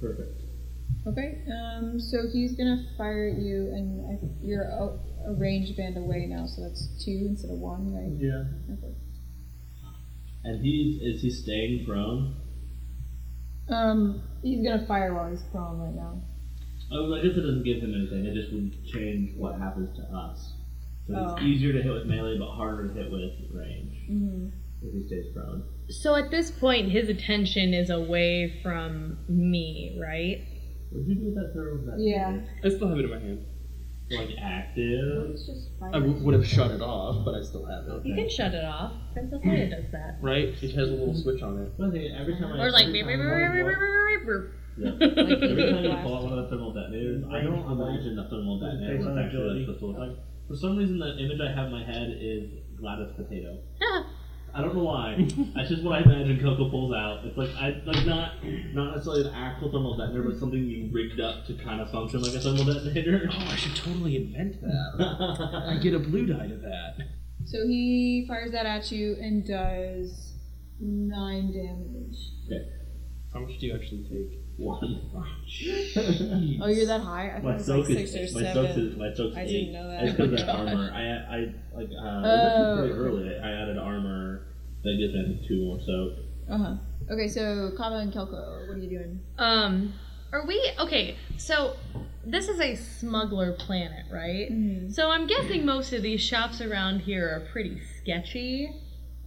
Perfect.
Okay. Um, so he's gonna fire at you, and I, you're a, a range band away now, so that's two instead of one, right?
Yeah.
Okay.
And he's is he staying prone?
Um, he's gonna fire while he's prone right now.
Oh, I guess it doesn't give him anything. It just would change what happens to us. So
Oh.
it's easier to hit with melee, but harder to hit with range if he stays prone.
So at this point, his attention is away from me, right?
Would you do that throw? That
Yeah.
I still have it in my hand.
Like active.
I w- would have shut it off, but I still have it.
You can shut it off. Princess Leia does that.
Right? It has a little switch on it.
Well, I think every time I
Or like,
every
"Rip, rip,
time
rip,
I
rip,
walk-
rip, rip,
Yeah.
rip,
Every
rip."
time you fall with a thermal detonator, I don't imagine a thermal detonator
Based
was
on
actually
agility.
supposed to look like. For some reason, the image I have in my head is Gladys Potato. I don't know why. That's just what I imagine Coco pulls out. It's like I like not not necessarily an actual thermal detonator, but something you rigged up to kind of function like a thermal detonator.
Oh, I should totally invent that. I get a blue dye to that.
So he fires that at you and does nine damage.
How much do you actually take?
One.
Oh, you're that high? I
My
thought
soak
it was like
is
six or
my soak
seven.
is my soak's
I
eight.
didn't know that. Oh
It's because of that
God.
armor. I I like uh, it was actually
Oh.
pretty early. I added armor That gives me I think, two more. So
Uh huh. Okay, so Kava and Kelko, what are you doing?
Um, are we okay? So this is a smuggler planet, right?
Mm-hmm.
So I'm guessing most of these shops around here are pretty sketchy.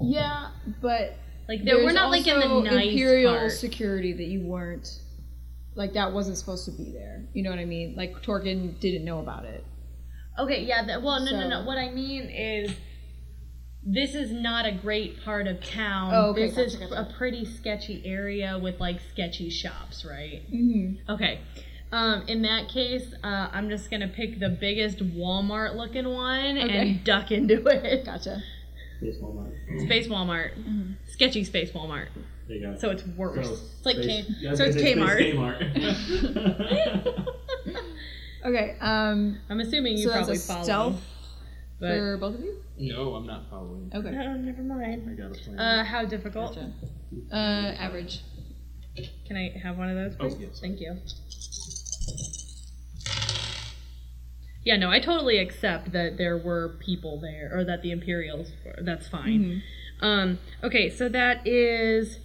Yeah, but
Like there, we're
there's
not like in the
also
nice
imperial
part.
security that you weren't like that wasn't supposed to be there. You know what I mean? Like Torkin didn't know about it.
Okay, yeah. That, well, no, no, no.
So-
What I mean is, this is not a great part of town.
Oh, okay,
this is
gotcha, gotcha.
a pretty sketchy area with like sketchy shops, right?
Mm-hmm.
Okay. Um, in that case, uh, I'm just gonna pick the biggest Walmart-looking one
Okay.
and duck into it.
Gotcha.
it's all mine.
Space Walmart,
Mm-hmm.
sketchy Space Walmart.
There you go.
So it's worse.
So,
it's like
space-
K-
yeah, I was
so
gonna
it's
say space
Kmart.
Kmart.
Okay, um,
I'm assuming you
so that's
probably
a
follow.
stealth
but-
for both of you.
No, I'm not following.
Okay,
Oh, never
I
mind.
got a plan.
Uh, how difficult?
gotcha. Uh, average.
Can I have one of those,
Oh,
please?
yes.
Thank you. Yeah, no, I totally accept that there were people there, or that the Imperials. were. That's fine.
Mm-hmm.
Um, okay, so that is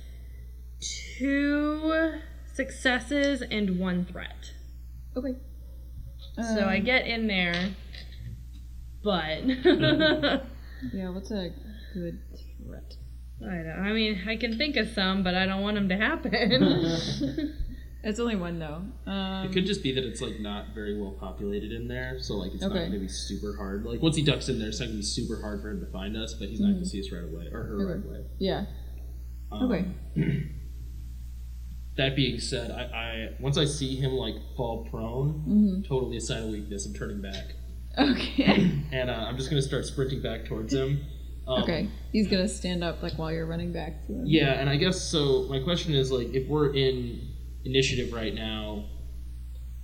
two successes and one threat.
Okay.
so I
Um,
get in there,
Mm-hmm.
but
Yeah, what's a good threat?
I, don't, I mean, I can think of some, but I don't want them to happen.
It's only one though. Um,
It could just be that it's like not very well populated in there, so like it's
Okay.
not gonna be super hard. Like once he ducks in there, it's not gonna be super hard for him to find us, but he's not gonna see us right away or her right
Okay.
away.
yeah.
Um,
Okay.
That being said, I, I once I see him like fall prone, totally a sign of weakness. I'm turning back,
Okay.
and uh, I'm just gonna start sprinting back towards him. Um,
okay. He's gonna stand up like while you're running back to him.
Yeah, and I guess so. My question is like, if we're in initiative right now,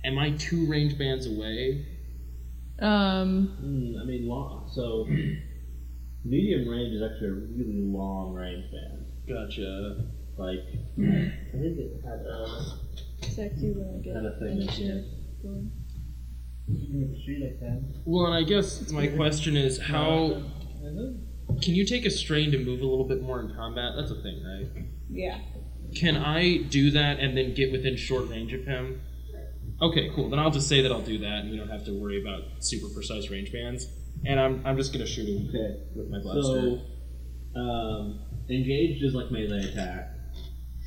am I two range bands away?
Um.
Hmm, I mean, long. So medium range is actually a really long range band.
Gotcha.
Like I think it had a
Zach, do you wanna get
had a thing that you-
going?
Well, and I guess my question is how can you take a strain to move a little bit more in combat? That's a thing, right?
Yeah.
Can I do that and then get within short range of him? Okay, cool. Then I'll just say that I'll do that, and we don't have to worry about super precise range bands. And I'm, I'm just gonna shoot him
Okay.
with my blaster.
So um, engaged is like melee attack.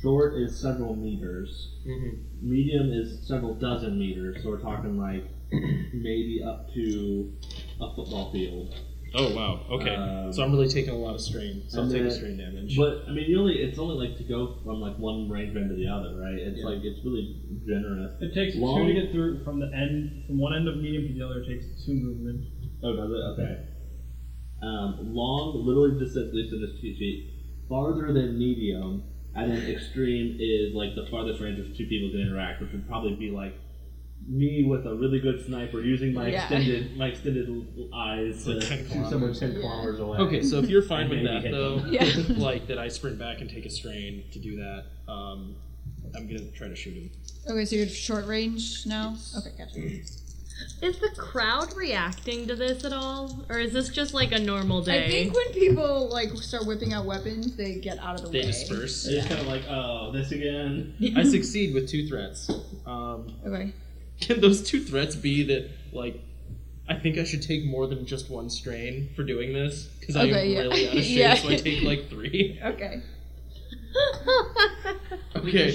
Short is several meters.
Mhm.
Medium is several dozen meters. So we're talking like maybe up to a football field.
Oh wow. Okay.
Um,
so I'm really taking a lot of strain. So I'll
and
take a
then-
strain damage.
But I mean, you only it's only like to go from like one range band to the other, right? It's
Yeah.
like it's really generous.
It takes
Long-
two to get through from the end, from one end of medium to the other. It takes two movement.
Oh, does it? Okay. Um, long, literally just says, at least in this cheat sheet, farther than medium, and then extreme is like the farthest range of two people can interact, which would probably be like me with a really good sniper using my
Yeah.
extended my extended l- eyes to
Like 10
shoot someone
kilometers.
ten kilometers away.
Okay, so if you're fine
And
with
maybe
that
hit
though,
them.
Yeah.
like that I sprint back and take a strain to do that, um, I'm gonna try to shoot him.
Okay, so you're short range now. Okay, gotcha.
Is the crowd reacting to this at all, or is this just like a normal day?
I think when people like start whipping out weapons, they get out of the
They
way.
disperse.
It's kind of like, oh, this again.
I succeed with two threats. Um,
Okay.
can those two threats be that like I think I should take more than just one strain for doing this because I am
Okay, yeah.
really out of shape,
Yeah.
so I take like three.
Okay.
Okay,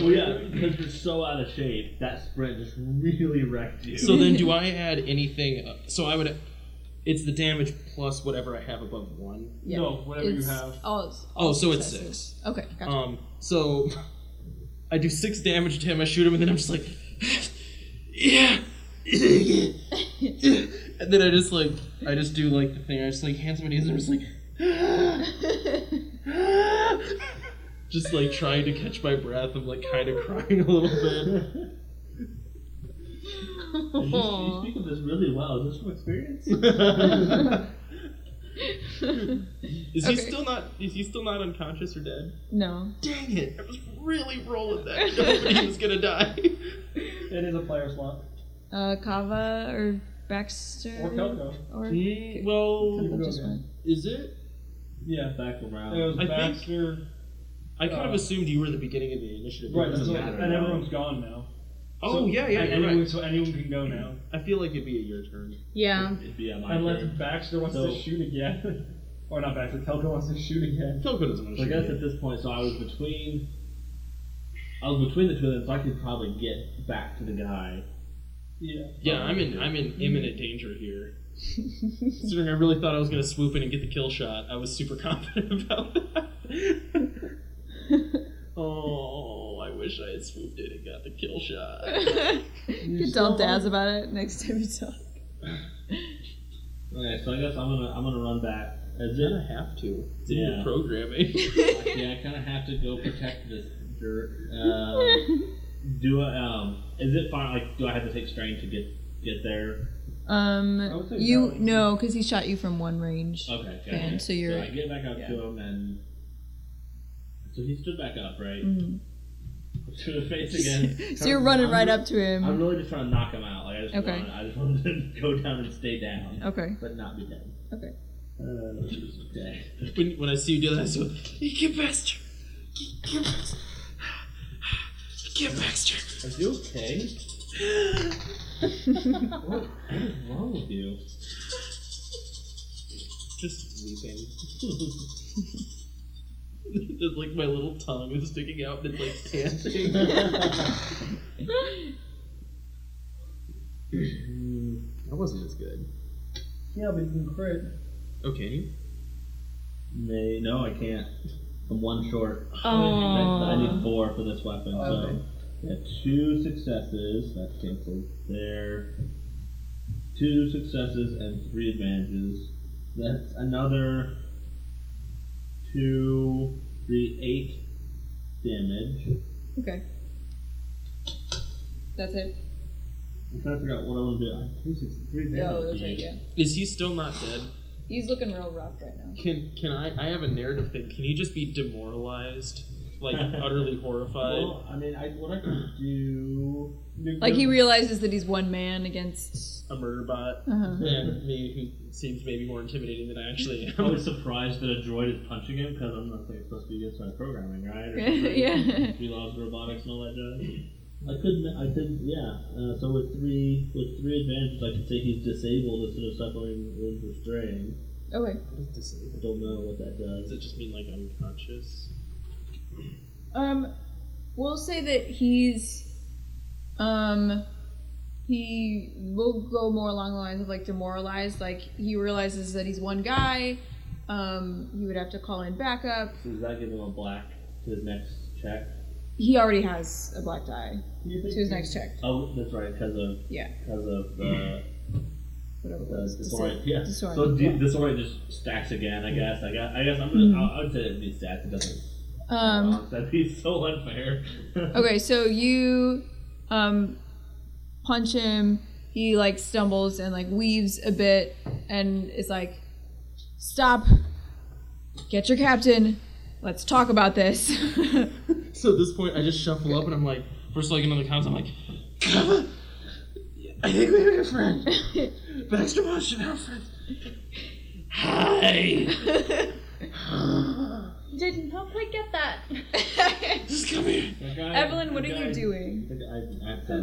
Well, yeah, because you're so out of shape, that sprint just really wrecked you.
So then, do I add anything? Uh, so I would. It's the damage plus whatever I have above one.
Yeah.
No, whatever
It's-
you have.
Oh, it's,
Oh, so it's
Excessive.
six.
okay. Gotcha.
Um, so I do six damage to him. I shoot him, and then I'm just like, yeah. and then I just like, I just do like the thing. I just like hands on my knees, and I'm just like, just like trying to catch my breath. I'm like kind of crying a little
You- you speak of this really well. Is this from experience?
bit. is he
Okay.
still not? Is he still not unconscious or dead?
no.
Dang it! I was really rolling that. Nobody was gonna die.
It is a player slot.
Uh, Kava or Baxter
Or Kelko.
or
Mm, well,
Kelko just
Okay.
went.
Is it?
Yeah.
Back around.
It was
I think-
Baxter.
I kind of
Uh,
assumed you were the beginning of the initiative.
right, that's
Doesn't
what,
matter
and
now.
everyone's gone now.
Oh
So-
yeah, yeah.
and
You're
anyone,
right.
So anyone can go now.
I feel like it'd be a your turn.
Yeah.
It'd be on my
Unless
turn.
Baxter wants
So-
to shoot again. or not Baxter, Telka wants to shoot again.
Telco doesn't want
So I
to shoot
guess
you.
at this point, so I was between, I was between the two of them, so I could probably get back to the guy.
Yeah.
Yeah, I'm in. I'm in imminent danger here. Considering I really thought I was going to swoop in and get the kill shot, I was super confident about that. oh, I wish I had swooped in and got the kill shot.
Could tell Daz about it next time you talk.
Okay, so I guess I'm gonna I'm gonna run back. Is
Then I
it?
have to. It's in
Yeah.
your programming.
yeah, I kind of have to go protect this jerk. Um, do I, um, is it fine? Like, do I have to take strain to get get there?
Um,
would say
you
valid.
no, because he shot you from one range.
Okay, gotcha.
And so you're-
I get back up to him and. So he stood back up, right? To the face again.
Mm-hmm. So you're running
I'm
right
re-
up to him.
I'm really just trying to knock him out. Like I just
Okay.
want, I just want to go down and stay down,
Okay.
but not be dead.
Okay.
Okay.
when, when I see you do that, I say, "You bastard! You bastard! You bastard!"
Are you okay? what, what is wrong with you?
Just weeping. There's like my little tongue is sticking out and it's like panting. that wasn't as good.
Yeah, but you can crit.
Okay.
Nay, no, I can't. I'm one short. I
Oh.
need four for this weapon.
Okay.
So yeah, two successes. That's canceled there. Two successes and three advantages. That's another two, three, eight damage.
Okay. That's it.
I'm trying to figure out what I want to do. I have Two, six, three damage.
No, Oh, that's right. Yeah.
Is he still not dead?
He's looking real rough right now.
Can can I? I have a narrative thing. Can he just be demoralized, like utterly horrified?
Well, I mean, I, what I can do.
Like he realizes that he's one man against.
a murder bot
Uh-huh.
and me, who seems maybe more intimidating than I actually am.
I was surprised that a droid is punching him because I'm not like, supposed to be against my programming, right? Or something.
yeah.
We loves robotics and all that jazz. I could, I could, yeah. Uh, so with three, with three advantages, I could say he's disabled instead of suffering wounds or strain.
Okay.
What is disabled?
I don't know what that
Does
does.
it just mean like unconscious?
Um, we'll say that he's, um, he will go more along the lines of like demoralized. Like he realizes that he's one guy. Um, he would have to call in backup.
So does that give him a black to his next check?
He already has a black die to his next check.
Oh, that's right, because of
Yeah,
because of uh,
whatever. it
the
was.
disorient. Yeah.
Disorient,
So
yeah. Mm-hmm.
d- disorient just stacks again. I guess. I guess. I guess I'm gonna. I, I would say it'd be stats. It doesn't.
Um,
that'd be so unfair.
okay, so you um, punch him. He like stumbles and like weaves a bit and is like, "Stop! Get your captain. Let's talk about this."
So at this point, I just shuffle up and I'm like, first like another counts, I'm like, "Kava, I think we have a friend. Baxter Bond should have friends. Hi!
Didn't help quite get that.
Just come here.
Evelyn, what are you doing?
I, I, I, I,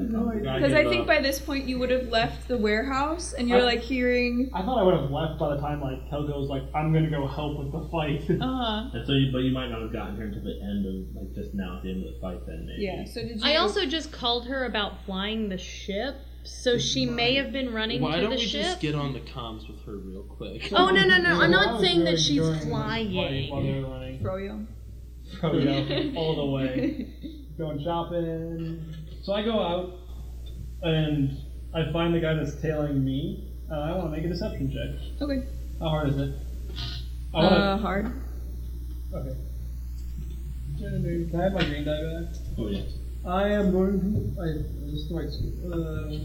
Because I think by this point you would have left the warehouse and
Uh-huh.
you're like hearing,
I thought I would have left by the time like Telka was like, I'm gonna go help with the fight.
Uh-huh.
uh huh.
And so, you, but you might not have gotten here until the end of like just now at the end of the fight. Then maybe.
Yeah. So did you?
I also just called her about flying the ship, so she may have been running
Why
to
don't
the
we
ship.
just get on the comms with her real quick?
oh no no no! I'm
I
not
was
saying
really
that she's
enjoying this fight While
flying.
they were running.
throw you.
Froyo all the way. Going shopping. So I go out and I find the guy that's tailing me. Uh, I want to make a deception check.
Okay.
How hard is it? I
Uh,
want
hard.
to. Okay. Can I have my green die back?
Oh yeah.
I am going to. I just the right. Um,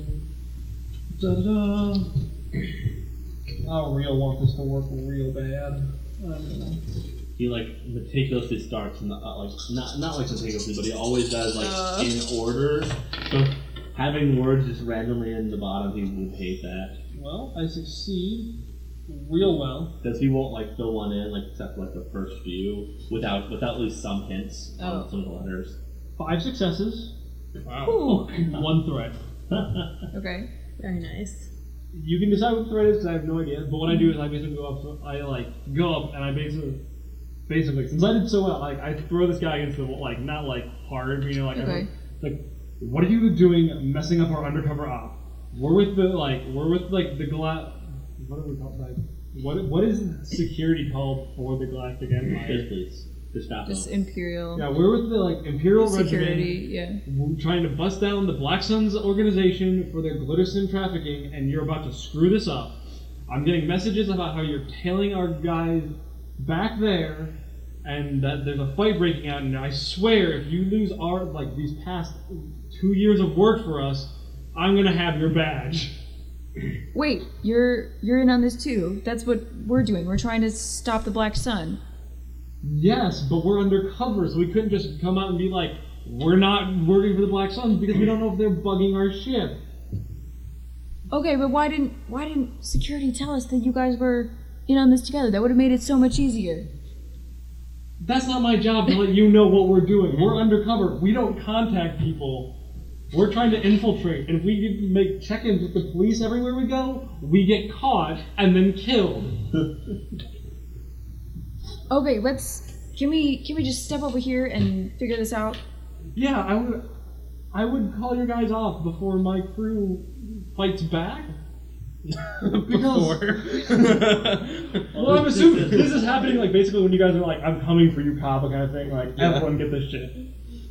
da da. I real want this to work real bad. Um,
He like meticulously starts and uh, like not not like meticulously, but he always does like
Uh.
in order. So having words just randomly in the bottom, he would hate that.
well, I succeed.
real well.
Because he won't like fill one in like except for, like the first few without without at least some hints on
Oh.
some of the letters.
Five successes,
Wow.
one threat.
Okay.
Very nice.
You can decide what the threat is because I have no idea. But what I do is I basically go up. I like go up and I basically, basically since I did so well, like I throw this guy against the wall, like not like hard, you know, like
Okay.
I'm, like what are you doing, messing up our undercover op? We're with the like we're with like the gla. What are we called? Like, what what is security called for the Galactic
Yes,
Empire?
please. Gestapo.
Just Imperial
Uh-huh. Yeah, we're with the like Imperial Regiment.
security. Yeah.
We're trying to bust down the Black Suns organization for their glittersim trafficking, and you're about to screw this up. I'm getting messages about how you're tailing our guys back there, and that there's a fight breaking out. And I swear, if you lose our like these past two years of work for us, I'm gonna have your badge.
Wait, you're you're in on this too. That's what we're doing. We're trying to stop the Black Sun.
Yes, but we're undercover, so we couldn't just come out and be like, we're not working for the Black Suns because we don't know if they're bugging our ship.
Okay, but why didn't why didn't security tell us that you guys were in on this together? That would have made it so much easier.
That's not my job to let you know what we're doing. We're undercover. We don't contact people. We're trying to infiltrate. And if we make check-ins with the police everywhere we go, we get caught and then killed.
Okay, let's can we can we just step over here and figure this out?
Yeah, I would. I would call your guys off before my crew fights back.
Before.
Well, I'm assuming this is happening like basically when you guys are like, "I'm coming for you, Kaba," kind of thing. Like, everyone get this shit.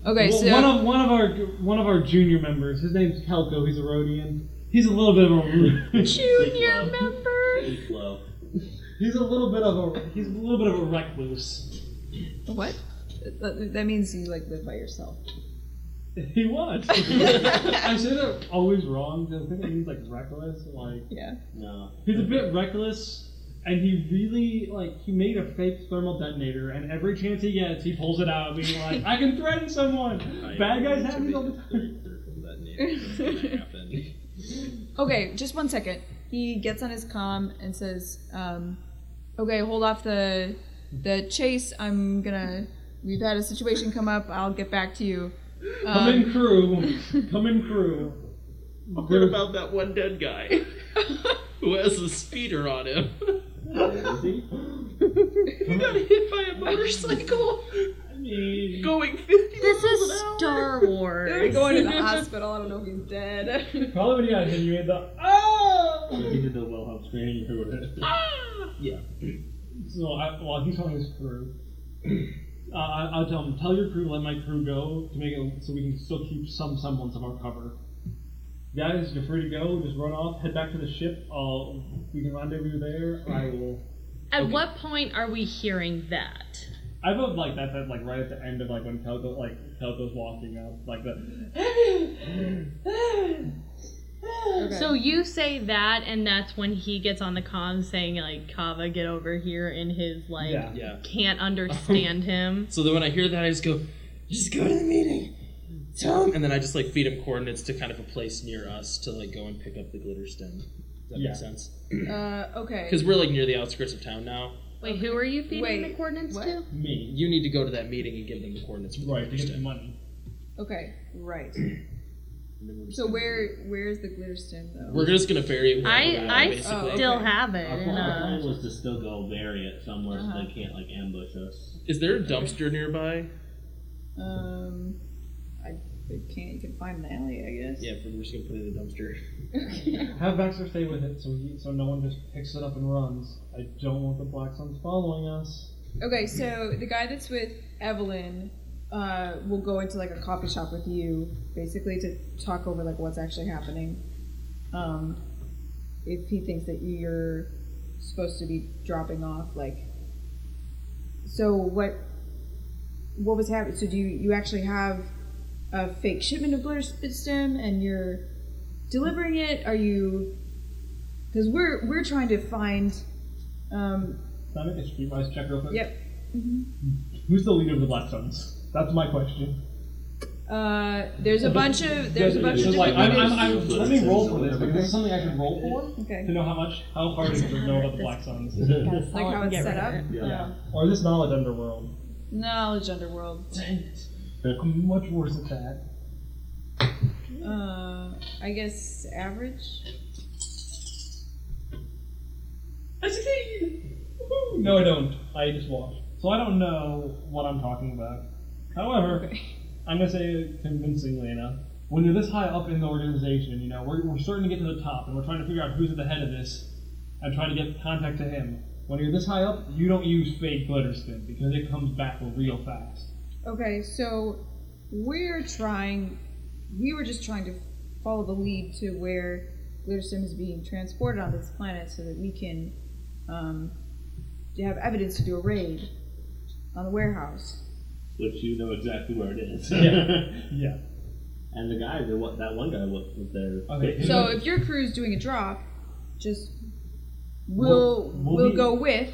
Okay,
Well,
so
one of one of our one of our junior members. His name's Kelko. He's a Rhodian. He's a little bit of a
junior
um,
member.
Pretty slow.
he's a little bit of a he's a little bit of a recluse.
What? That that means you like live by yourself.
He was. I said it always wrong. 'cause I think it means like reckless. Like
Yeah.
No.
he's a bit reckless, and he really like he made a fake thermal detonator, and every chance he gets, he pulls it out, being like, "I can threaten someone." Bad guys have these all the time.
time.
Okay, just one second. He gets on his comm and says, um, "Okay, hold off the the chase. I'm gonna. We've had a situation come up. I'll get back to you."
Come
Um,
in crew. Come in crew.
What about that one dead guy who has a speeder on him?
Is he?
He got hit by a motorcycle
I mean,
going 50
This is Star Wars.
going to the hospital. I don't know if he's dead.
Probably when you got hit, you made the oh.
He did the Wilhelm scream. or whatever.
So I, well, he's telling his crew. Uh, I, I'll tell him, tell your crew, let my crew go to make it so we can still keep some semblance of our cover. Guys, you're free to go. Just run off, head back to the ship. I'll, we can rendezvous there. I will.
At what point are we hearing that?
I vote like that's at, like right at the end of like when Kelko like Kelko's walking up like the.
So you say that, and that's when he gets on the comm saying like, "Kava, get over here," and his like
yeah.
Yeah.
can't understand him.
So then when I hear that, I just go, just go to the meeting. Tell him. And then I just like feed him coordinates to kind of a place near us to like go and pick up the glitter stem. Does that
Yeah.
make sense?
Uh, okay.
Because we're like near the outskirts of town now.
Wait, who are you feeding
Wait,
the coordinates
what?
to?
Me.
You need to go to that meeting and give them the coordinates. For the
Right. To
glitter
get the
stem.
money.
Okay. Right.
And then we're just
So
gonna-
where where's the glitter stem though?
We're just gonna bury it. wherever we
I
are,
I
basically.
still
Okay.
have it.
Our
in,
plan, our
uh,
plan was to still go bury it somewhere so
Uh-huh.
they can't like ambush us.
Is there a dumpster nearby?
Um, I I can't. You can find an alley, I guess.
Yeah, we're just gonna put it in the dumpster.
Have Baxter stay with it so he, so no one just picks it up and runs. I don't want the Black Suns following us.
Okay, so the guy that's with Evelyn uh, will go into like a coffee shop with you, basically to talk over like what's actually happening. Um, if he thinks that you're supposed to be dropping off, like, so what? What was happening? So do you, you actually have a fake shipment of glitter stem and you're delivering it? Are you? Because we're we're trying to find. Um,
Can I make a streetwise check real quick?
yep.
Who's the leader of the Black Suns? That's my question.
Uh, there's a bunch of there's a bunch of
Just like,
different
I'm,
movies.
I'm, I'm, let me roll for this. Like, this is something I can roll for to
Okay,
know how much, how hard it is to know about the Black Sun. This is
like how it's set up.
yeah. Or this knowledge underworld.
Knowledge underworld.
Dang it. I'm much worse at that.
Uh, I guess average.
No, I don't. I just watch. So I don't know what I'm talking about. However, I'm going to say convincingly enough. When you're this high up in the organization, you know, we're, we're starting to get to the top and we're trying to figure out who's at the head of this and trying to get contact to him. When you're this high up, you don't use fake glitter spin because it comes back real fast.
Okay, so we're trying. We were just trying to follow the lead to where Glittersim is being transported on this planet, so that we can um, to have evidence to do a raid on the warehouse.
Which you know exactly where it is.
Yeah.
and the guy, the, one- that one guy was, was there.
Okay.
So if your crew's doing a drop, just we'll
We'll- we'll
we'll,
be-
go with.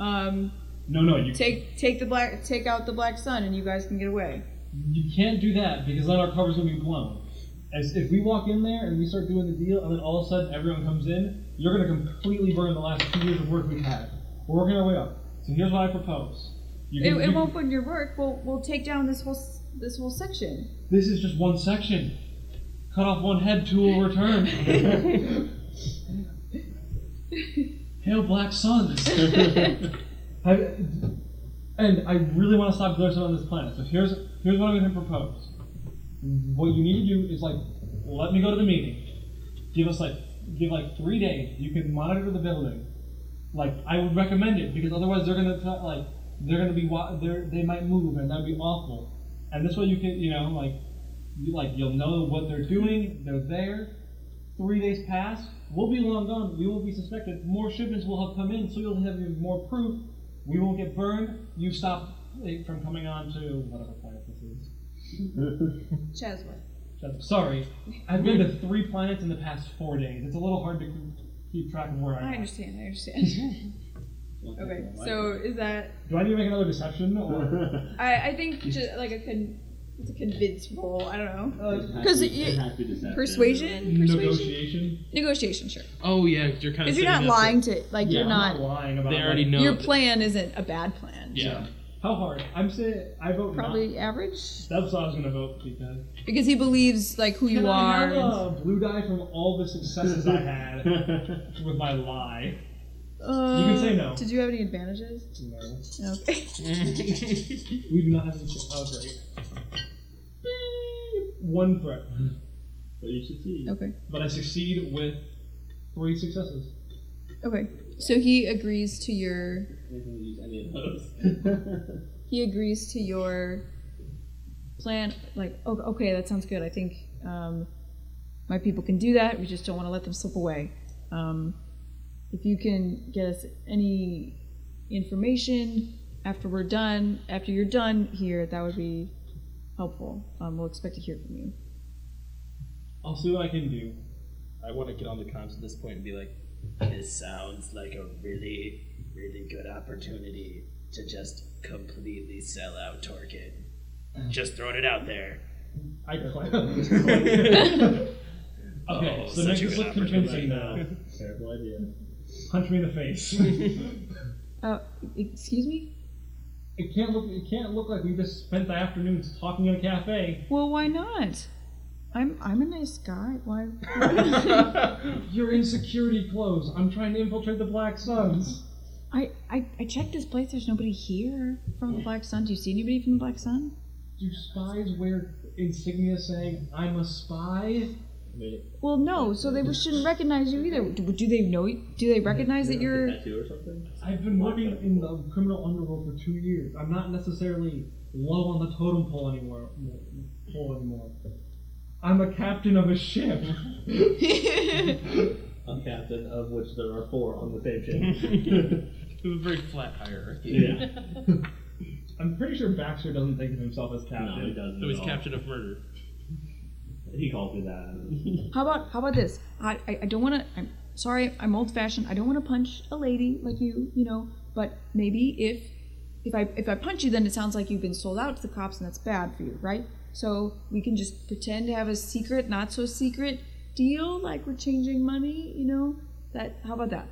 Um,
No, no, you
take take the black take out the black sun, and you guys can get away.
You can't do that because then our cover's gonna be blown. As if we walk in there and we start doing the deal, and then all of a sudden everyone comes in, you're gonna completely burn the last two years of work we've had. We're working our way up. So here's what I propose. You
It,
can-
it
you-
won't put in your work. We'll we'll take down this whole s- this whole section.
This is just one section. Cut off one head, two will return. Hail, black suns. I- and I really want to stop glitching on this planet. So here's here's what I'm going to propose. What you need to do is like, let me go to the meeting. Give us like give like three days. You can monitor the building. Like I would recommend it because otherwise they're gonna t- like they're gonna be wa- they're, they might move and that'd be awful. And this way you can you know like you, like you'll know what they're doing. They're there. Three days pass. We'll be long gone. We will be suspected. More shipments will have come in, so you'll have even more proof. We won't get burned. You stop it from coming on to whatever planet this is.
Chaswa.
That's- Sorry, I've been to three planets in the past four days. It's a little hard to keep- keep track of where
I
I am.
understand. I understand. okay, so is that?
Do I need to make another deception or?
I I think just like a con, it's a convince roll. I don't
Oh.
know.
Because
it- it- Persuasion, persuasion,
Negotiation.
negotiation. Sure,
Oh yeah, you're kind of.
because you're not lying to like you're
I'm
not.
lying about.
They
like,
already know.
Your
that-
plan isn't a bad plan.
Yeah.
How hard? I'm saying I vote
Probably
Not.
average
That's what I was gonna vote because.
because he believes like who
Can
you
I
are.
have a blue die from all the successes I had with my lie?
Uh,
You can say no.
Did you have any advantages?
No.
Okay.
We do not have any. Oh, great. One threat,
Mm-hmm.
But you should see.
okay.
but I succeed with three successes.
Okay. So he agrees to your
I'm gonna use any of those.
he agrees to your plan like oh, okay that sounds good i think um, my people can do that we just don't want to let them slip away um, if you can get us any information after we're done after you're done here that would be helpful um, we'll expect to hear from you
I'll see what I can do.
I want to get on the comms at this point and be like, this sounds like a really, really good opportunity to just completely sell out Torkin. Just throwing it out there.
I clap. okay, so make
Oh, such a
this
good
look
opportunity.
convincing now.
Terrible idea.
Punch me in the face.
uh, excuse me
it can't look. It can't look like we just spent the afternoons talking in a cafe.
well why not i'm i'm a nice guy why
You're in security clothes. I'm trying to infiltrate the Black Suns.
I, I i checked this place there's nobody here from the black sun do you see anybody from the black sun
Do spies wear insignia saying "I'm a spy"?
Well, no, so they shouldn't recognize you either. Do, do they know? you- Do they recognize that you're?
Tattoo or something?
I've been working in the criminal underworld for two years. I'm not necessarily low on the totem pole anymore. Pole anymore. I'm a captain of a ship.
A captain, of which there are four on the same ship.
We have a very flat hierarchy.
yeah.
I'm pretty sure Baxter doesn't think of himself as captain.
No, he doesn't.
So he's
at all.
captain of murder.
He calls me that.
How about how about this? I I, I don't want to. I'm sorry, I'm old fashioned. I don't want to punch a lady like you, you know. But maybe if if I if I punch you, then it sounds like you've been sold out to the cops, and that's bad for you, right? so we can just pretend to have a secret, not so secret deal, like we're changing money, you know? That how about that?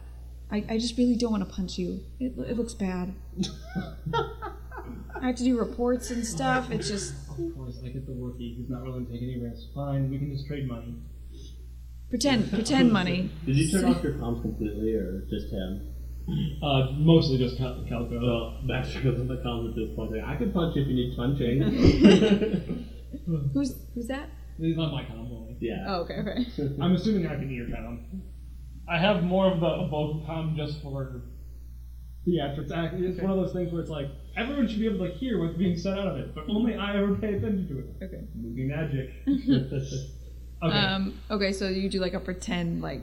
I, I just really don't want to punch you. It, it looks bad. I have to do reports and stuff. It's just
Of course, I get the rookie who's not willing to take any risks. Fine, we can just trade money.
pretend, pretend money.
Did you turn off your comms completely or just him?
Uh, mostly just cal- Calico.
Well, Baxter goes on the comms at this point. saying, I can punch if you need punching.
Who's who's that?
He's not my combo.
yeah.
Oh, okay, okay.
I'm assuming I can ear com. I have more of the vocal com just for theatrics. Act- It's one of those things where it's like everyone should be able to hear what's being said out of it, but only I ever pay attention to it.
Okay.
Movie magic. okay.
Um, okay, so you do like a pretend like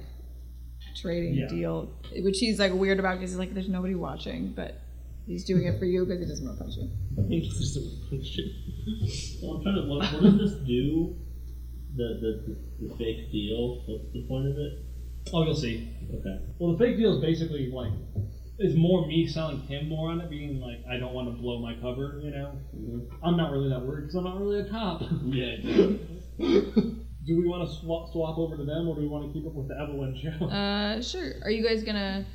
trading
Yeah.
deal, which he's like weird about because he's like, there's nobody watching, but he's doing it for you because he doesn't want to punch you.
Well, I'm trying to. What, what does this do? The, the, the, the fake deal? What's the point of it?
oh, you'll see.
Okay.
Well, the fake deal is basically like is more me selling him more on it, being like I don't want to blow my cover, you know. I'm not really that worried because I'm not really a cop.
Yeah.
Do we want to swap, swap over to them, or do we want to keep up with the Evelyn show?
Uh, sure. Are you guys gonna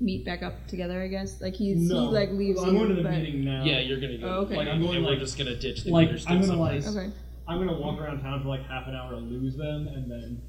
meet back up together? I guess like he's
no,
he like leaves.
I'm going
you,
to the
but-
meeting now.
Yeah, you're gonna go.
Oh, okay.
Like
I'm going,
and we're
like-
just gonna ditch the
Like
glitter stick
I'm gonna
someplace.
like
Okay.
I'm gonna walk around town for like half an hour to lose them, and then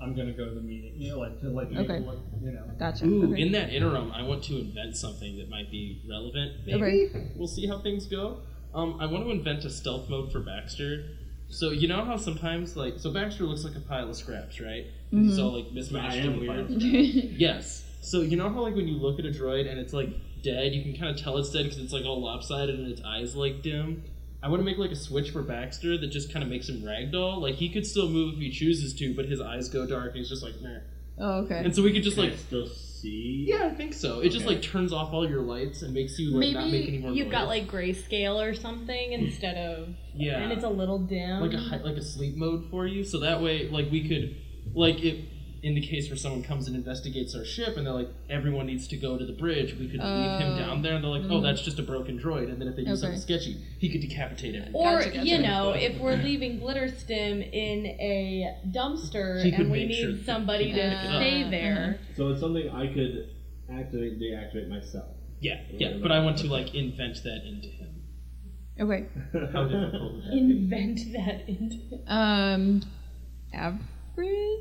I'm gonna go to the meeting. You know, like to like make
Okay.
what you know.
Gotcha.
Ooh,
okay.
in that interim, I want to invent something that might be relevant. Maybe
Okay.
we'll see how things go. Um, I want to invent a stealth mode for Baxter. So you know how sometimes, like, so Baxter looks like a pile of scraps, right? He's
Mm-hmm.
all like mismatched
I am
and
a pile
weird.
of
Yes. So you know how like when you look at a droid and it's like dead, you can kind of tell it's dead because it's like all lopsided and its eyes like dim. I want to make like a switch for Baxter that just kind of makes him ragdoll. Like he could still move if he chooses to, but his eyes go dark and he's just like, nah.
oh, okay.
And so we could just
Can
like,
I still see?
yeah, I think so. It just like turns off all your lights and makes you like not make any
Maybe
more.
you've got
noise.
like grayscale or something instead of,
yeah,
and it's a little dim.
like a hi- like a sleep mode for you. So that way, like we could, like if in the case where someone comes and investigates our ship, and they're like everyone needs to go to the bridge, we could leave him
Oh.
down there, and they're like, oh, that's just a broken droid, and then if they do
Okay.
something sketchy, he could decapitate everyone.
or
Gotcha, gotcha.
you know, if we're leaving Glitterstim in a dumpster
He could
and we
make
need
sure-
somebody
he
to
could
pick it up.
stay
Uh,
there,
So it's something I could activate, deactivate myself.
Yeah, yeah. But I want to like invent that into him.
Okay.
How difficult would that be?
invent that into.
Um, average.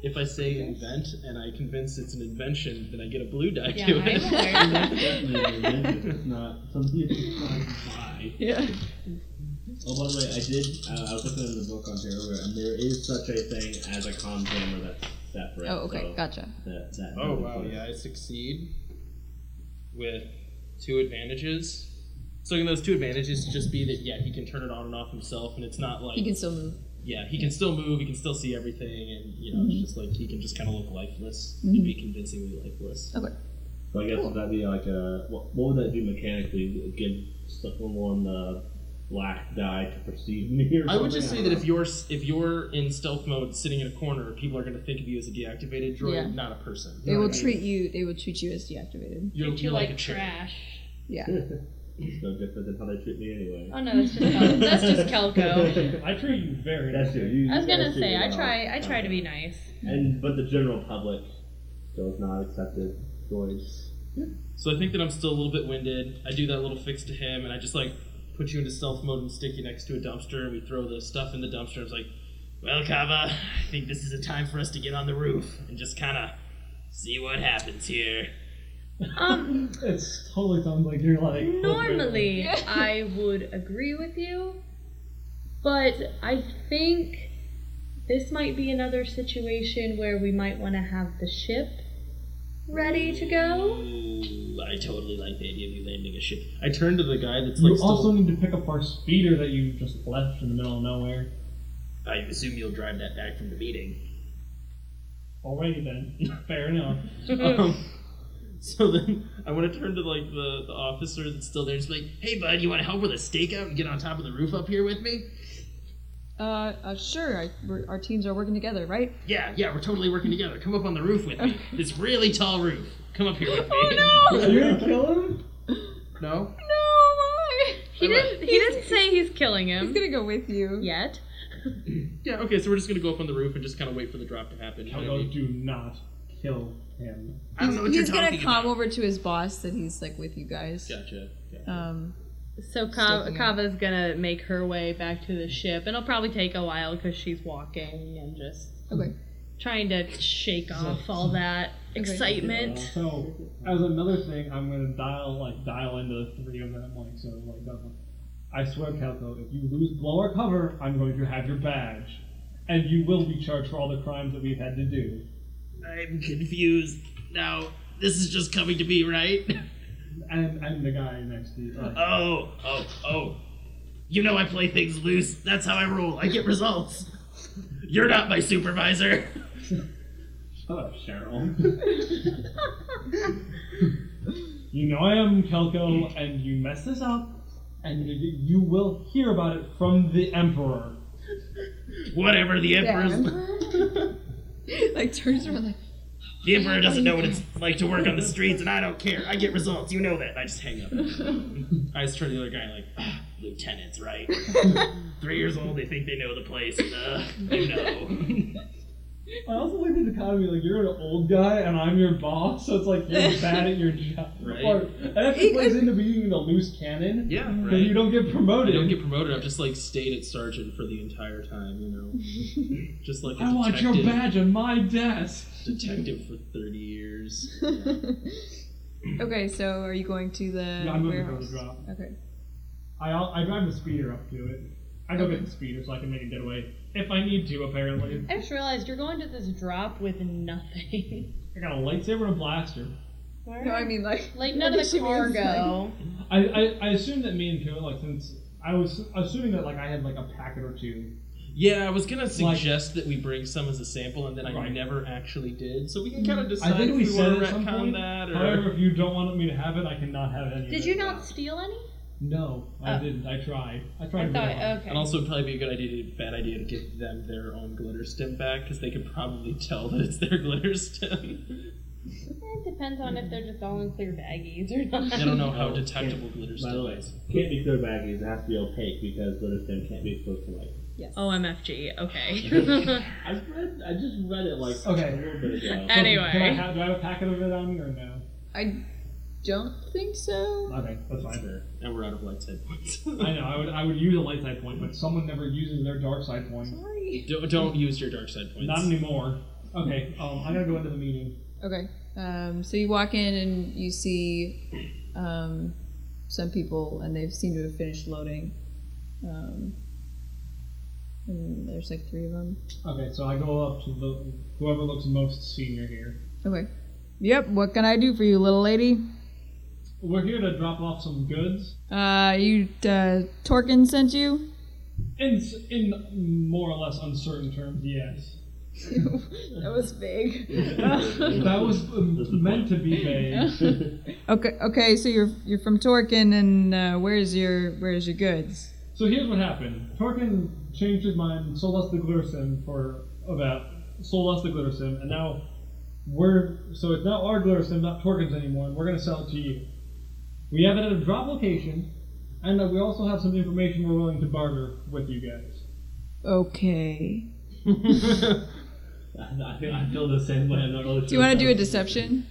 If I say invent and I convince it's an invention, then I get a blue die
Yeah,
to
I'm
it.
aware.
That's definitely an invention. It's not something you can buy.
Yeah.
Oh, by the way, I did. Uh, I was looking in the book on here earlier, and there is such a thing as a comm jammer that's separate.
Oh, okay.
so
Gotcha.
That, that
Oh wow, yeah, I succeed with two advantages. So can those two advantages just be that yeah, he can turn it on and off himself and it's not like
He can still move.
yeah, he can still move, he can still see everything and you know, it's
Mm-hmm.
just like he can just kinda look lifeless and be convincingly lifeless.
Okay.
So I guess
Cool.
that'd be like a. What, what would that do mechanically? Give someone the uh, black die to perceive me or
I
Uh,
something?
would just say
don't
that
know.
if you're s- if you're in stealth mode sitting in a corner, people are going to think of you as a deactivated droid,
Yeah.
not a person.
They will treat you. They will treat you as deactivated.
You're,
Treat you
you're
like,
a chair.
trash.
Yeah.
It's no different than how they treat me anyway.
Oh no, that's just Cal- that's just Kelco.
I treat you very.
That's
nicely.
it. You,
I was
you
gonna
gotta
say
treat
I
me
try
well.
I try to be nice.
And but the general public does not accept it. Droids.
So I think that I'm still a little bit winded. I do that little fix to him, and I just like put you into stealth mode and stick you next to a dumpster, and we throw the stuff in the dumpster. It's like,
Well, Kava, I think this is a time for us to get on the roof and just kind of see what happens here.
Um,
It's totally sounds like you're like
normally I would agree with you, but I think this might be another situation where we might want to have the ship ready to go.
Ooh, I totally like the idea of you landing a ship.
I turn to the guy that's
You
like still.
also need to pick up our speeder that you just left in the middle of nowhere.
I assume you'll drive that back from the meeting.
Alrighty then. Fair enough.
um, so then I want to turn to like the, the officer that's still there. And just be like,
Hey, bud, you want to help with a stakeout and get on top of the roof up here with me?
Uh, uh sure. I, we're, our teams are working together, right?
Yeah, yeah, we're totally working together. Come up on the roof with me. This really tall roof. Come up here with me.
Oh,
Are you gonna kill him?
no?
No, why?
He didn't. He didn't say he's killing
He's
him
gonna go with you.
yet.
Yeah, okay, so we're just gonna go up on the roof and just kind of wait for the drop to happen. you know what I
Kelgo,
mean?
do not kill him.
I don't know what
he's
you're
gonna
talking
come
about.
over to his boss that he's like with you guys.
Gotcha. Yeah.
Um,
So Ka-
Sticking it.
Kava's gonna make her way back to the ship, and it'll probably take a while because she's walking and just
okay.
trying to shake off all that excitement.
So, as another thing, I'm gonna dial like dial into the three of them, like so, like that one. I swear, Kelko, if you lose blow or cover, I'm going to have your badge, and you will be charged for all the crimes that we've had to do.
I'm confused. Now, this is just coming to me, right?
And and the guy next to you, like,
Uh,
Oh, oh, oh. You know I play things loose. That's how I roll. I get results. You're not my supervisor.
shut up, Cheryl. you know I am Kelko, and you mess this up, and you will hear about it from the Emperor.
Whatever the emperor's
like turns around like
the emperor doesn't know what it's like to work on the streets, and I don't care. I get results. You know that. And I just hang up.
I just turn to the other guy like, "Ah,
Lieutenants, right? Three years old. They think they know the place. Uh, you know.
I also like the dichotomy, like you're an old guy and I'm your boss, so it's like you're bad at your job.
Right.
Or, and that just plays into being the loose cannon.
yeah,
Because you
right.
don't get
I
promoted.
don't get promoted. I've just like stayed at sergeant for the entire time, you know. Just like a
I want your
detective-
badge on my desk.
detective for thirty years.
Okay, so are you going to the
Yeah, I'm going to go to
warehouse?
the drop.
Okay.
I I drive the speeder up to it. I go get the speeder so I can make a getaway if I need to. Apparently,
I just realized you're going to this drop with nothing.
I got a lightsaber and a blaster.
No, I mean like
Like none
I
of
guess
the
she means,
cargo.
I, I, I assume that me and Kira, like since I was assuming that like I had like a packet or two.
Yeah, I was gonna suggest that we bring some as a sample, and then I
Right.
never actually did, so we can
Mm.
kind of decide
I think
if
we
we,
said
want
at
to
some point.
retcon that or.
However, if you don't want me to have it, I cannot have any. of
Did
it.
you not steal any?
No, I
Oh.
didn't. I tried. I
I
tried.
thought
really hard.
okay.
And also, it'd probably be a good idea, to, bad idea, to give them their own glitter stem back because they could probably tell that it's their glitter stem.
It depends on if they're just all in clear baggies or
I
not.
don't know how detectable glitter
By the
stem
way,
is.
can't be clear baggies. It has to be opaque because glitter stem can't be exposed to light.
yes.
OMFG. Okay.
I read. I just read it like
Okay.
a little bit ago.
So,
Anyway.
can I have, do I have a packet of it on me or no?
I don't think so.
Okay, that's fine.
And we're out of light side points.
I know. I would. I would use a light side point, but someone never uses their dark side point.
Sorry.
don't, don't use your dark side points.
Not anymore. Okay. Um, I'm gonna go into the meeting.
Okay. Um, so you walk in and you see um, some people and they've seemed to have finished loading. Um, and there's like three of them.
Okay, so I go up to the whoever looks most senior here.
Okay. Yep. What can I do for you, little lady?
We're here to drop off some goods.
Uh, you uh, Torkin sent you.
In s- in more or less uncertain terms, yes.
that was vague.
That was um, meant to be vague.
Okay, okay. So you're you're from Torkin, and uh, where's your where's your goods?
So here's what happened. Torkin changed his mind and sold us the glitter sim for about sold us the glitter sim, and now we're so it's not our glitter sim, not Torkin's anymore, and we're gonna sell it to you. We have it at a drop location, and uh, we also have some information we're willing to barter with you guys.
Okay.
I, feel- I feel the same way. I'm not really
Do you want to do a deception?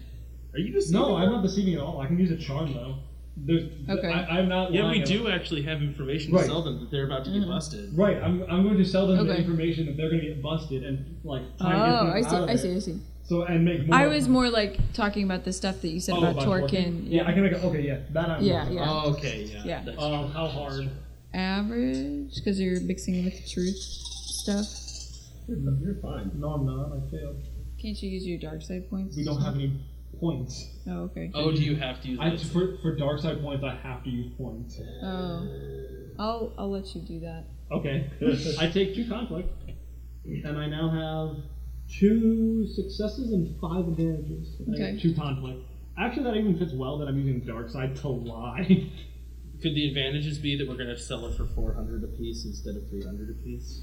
Are you just
No, I'm not deceiving at all. I can use a charm though. There's,
Okay.
I, I'm not.
Yeah, we
lying at all.
do actually have information
Right.
to sell them that they're about to get busted.
Right, I'm, I'm going to sell them the
Okay.
information that they're going to get busted and like.
Oh,
try to get
I
things
see.
out of
I
it.
see. I see.
So and make. More
I was more like talking about the stuff that you said
Oh,
about,
about
Torkin.
Yeah, I can make. A, okay, yeah, that I'm.
Yeah, yeah.
Oh, okay, yeah.
Yeah.
that's-
Um, how hard?
Average, because you're mixing with truth stuff.
You're fine. No, I'm not. I failed.
Can't you use your dark side points?
We don't have any points.
Oh, okay.
Oh, do you have to use
I
light side?
for for dark side points, I have to use points.
Oh, I'll I'll let you do that.
Okay, I take two conflict, and I now have two successes and five advantages. I get
Okay.
Two conflict. Actually, that even fits well that I'm using dark side to lie.
Could the advantages be that we're gonna sell it for four hundred apiece instead of three hundred apiece?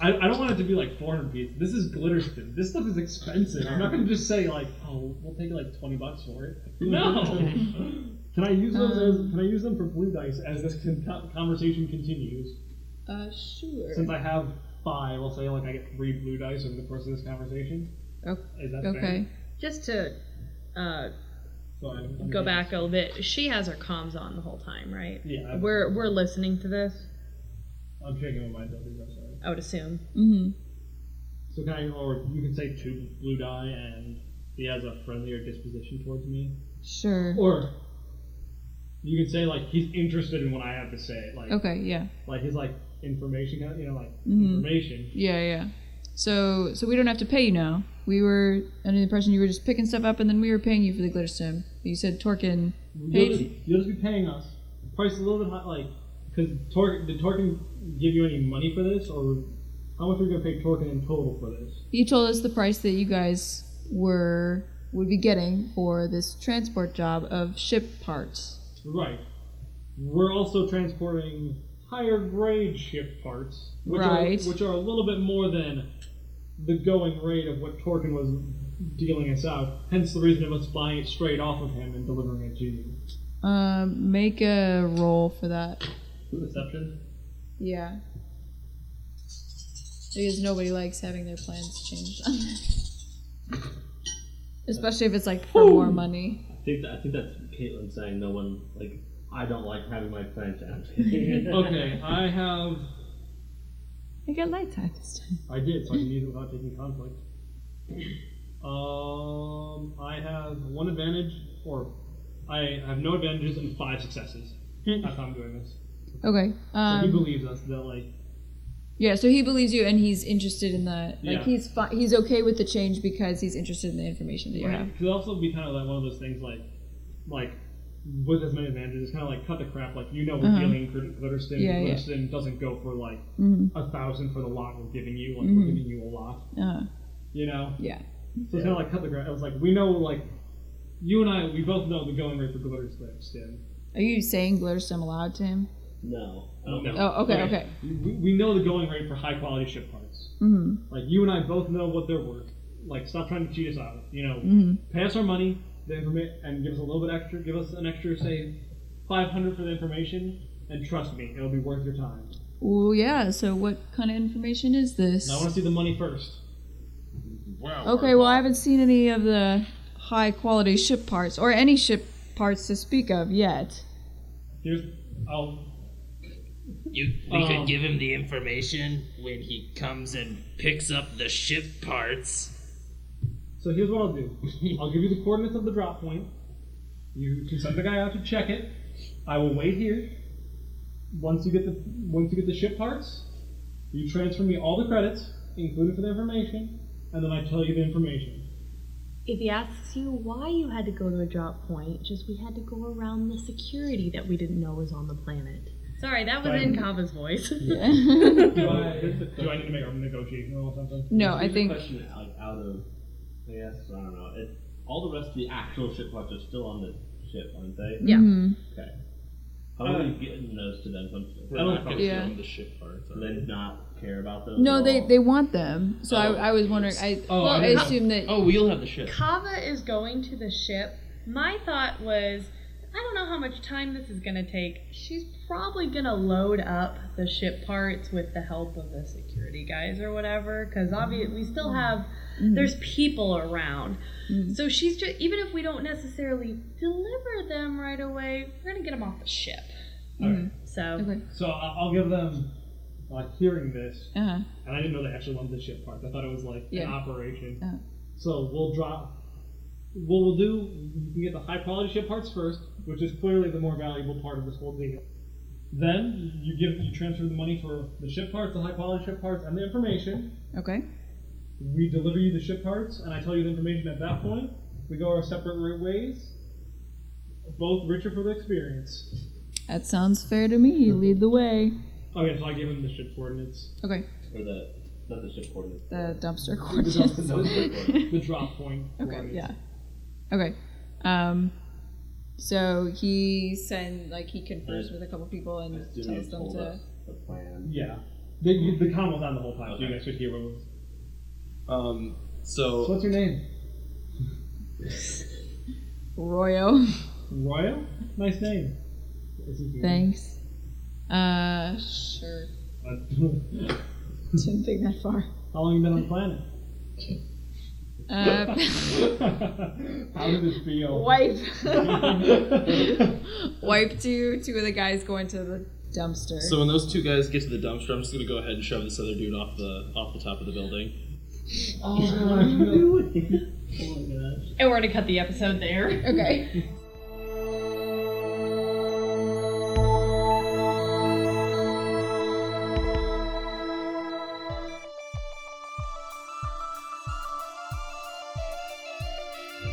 I, I don't want it to be like 400 beats. This is glitterston. This stuff is expensive. I'm not going to just say like, oh, we'll take like 20 bucks for it. No. can I use those as can I use them for blue dice as this con- conversation continues?
Uh, sure.
Since I have five. We'll say like I get three blue dice over the course of this conversation.
Oh,
Is that fair?
okay.
Just to uh,
So I'm-
go back a little bit, she has her comms on the whole time, right?
Yeah, I'm-
We're we're listening to this.
I'm shaking my mind. Don't think I'm sorry.
I would assume.
Mm-hmm.
So can I, or you can say two blue die, and he has a friendlier disposition towards me,
Sure.
or you could say like he's interested in what I have to say, like
Okay. Yeah.
like his like information, kind of, you know, like
Mhm.
information.
Yeah. Yeah. So so we don't have to pay you now. We were under the impression you were just picking stuff up and then we were paying you for the glitter stem. But you said Torkin
You'll
paid.
just, you'll just be paying us price a little bit high, like because Tor- did Torkin give you any money for this, or how much are we gonna pay Torkin in total for this?
You told us the price that you guys were would be getting for this transport job of ship parts.
Right. We're also transporting higher grade ship parts, which
Right.
are which are a little bit more than the going rate of what Torkin was dealing us out. Hence the reason of us buying it straight off of him and delivering it to you.
Um, make a roll for that.
Deception.
Yeah. Because nobody likes having their plans changed on them. Especially if it's like for more money.
I think that, I think that's Caitlin saying no one like I don't like having my plan changed.
Okay, I have.
I got light time this time.
I did, so I can use it without taking conflict. Um, I have one advantage, or I have no advantages and five successes. That's how I'm doing this.
Okay.
he
Hmm. Um,
believes us that like
yeah, so he believes you and he's interested in the like
Yeah.
he's fi- he's okay with the change because he's interested in the information that you have.
It could also be kind of like one of those things like, like with as many advantages, kind of like cut the crap. Like you know, we're
Uh-huh.
dealing with Glitterstim.
Yeah, yeah.
Glitterstim doesn't go for like
Mhm.
a thousand for the lot we're giving you. Like
Mhm.
we're giving you a lot.
Uh,
You know,
yeah.
so it's kind of like cut the crap. It was like we know like you and I, we both know the going rate for Glitterstim.
Are you saying glitter stem aloud to him?
no.
No.
Oh, okay, okay.
We, we know the going rate for high quality ship parts.
hmm
Like you and I both know what they're worth. Like stop trying to cheat us out. You know,
Mm-hmm.
pay us our money, the informa- and give us a little bit extra. Give us an extra, say, five hundred for the information, and trust me, it'll be worth your time.
Well, yeah. So, what kind of information is this?
And I want to see the money first.
Okay, well, I haven't seen any of the high quality ship parts or any ship parts to speak of yet.
Here's, I'll.
You, we
Um,
could give him the information when he comes and picks up the ship parts.
So here's what I'll do. I'll give you the coordinates of the drop point. You can send the guy out to check it. I will wait here. Once you get the once you get the ship parts, you transfer me all the credits, included for the information, and then I tell you the information.
If he asks you why you had to go to a drop point, just we had to go around the security that we didn't know was on the planet. Sorry, that was in Kava's voice.
Do I, do I need to make a negotiation roll or something?
no, I think.
Question out, out of I guess I don't know. It, all the rest of the actual ship parts are still on the ship, aren't they?
Yeah.
Mhm.
Okay. How are we getting those to them? Some-
We're not gonna
Yeah.
show them the ship parts.
Do they not care about those?
No,
at
they,
all?
they want them. So I, I was wondering. I well, I,
didn't know.
assume that.
Oh, we'll have the ship.
Kava is going to the ship. My thought was, I don't know how much time this is going to take. She's probably going to load up the ship parts with the help of the security guys or whatever, because obviously we
Mm.
still have, there's people around. So she's just, even if we don't necessarily deliver them right away, we're going to get them off the ship.
Alright.
So,
Okay.
So I- I'll give them, like, hearing this,
Uh-huh.
and I didn't know they actually wanted the ship parts. I thought it was, like, an
Yeah.
operation.
Uh.
So we'll drop. What we'll do, you can get the high quality ship parts first, which is clearly the more valuable part of this whole deal. Then you give you transfer the money for the ship parts, the high quality ship parts, and the information.
Okay.
We deliver you the ship parts, and I tell you the information at that point. We go our separate ways. Both richer for the experience.
That sounds fair to me. You lead the way.
Okay, so I gave him the ship coordinates.
Okay.
Or the not the ship coordinates.
The dumpster
The,
coordinates.
the drop point.
Okay.
coordinates.
Yeah. Okay. Um. So he send like he confers with a couple people and
Assuming
tells
it's
them
told
to.
us the plan.
Yeah. The, the com was on the whole time, so you guys could hear what was.
Um,
So
so
what's your name?
Royo.
Royal? Nice name.
Thanks. Uh. Sure.
Uh,
Didn't think that far.
How long you been on the planet?
Uh,
How did it feel?
wipe.
Wait.
wipe two. Two of the guys go into the dumpster.
So when those two guys get to the dumpster, I'm just gonna go ahead and shove this other dude off the off the top of the building.
oh, no.
And we're gonna cut the episode there.
okay.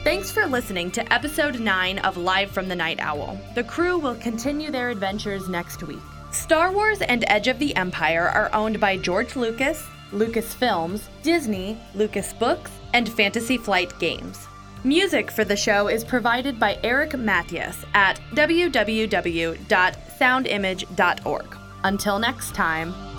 Thanks for listening to episode 9 of Live from the Night Owl. The crew will continue their adventures next week. Star Wars and Edge of the Empire are owned by George Lucas, Lucas Films, Disney, Lucas Books, and Fantasy Flight Games. Music for the show is provided by Eric Matthias at www.soundimage.org. Until next time,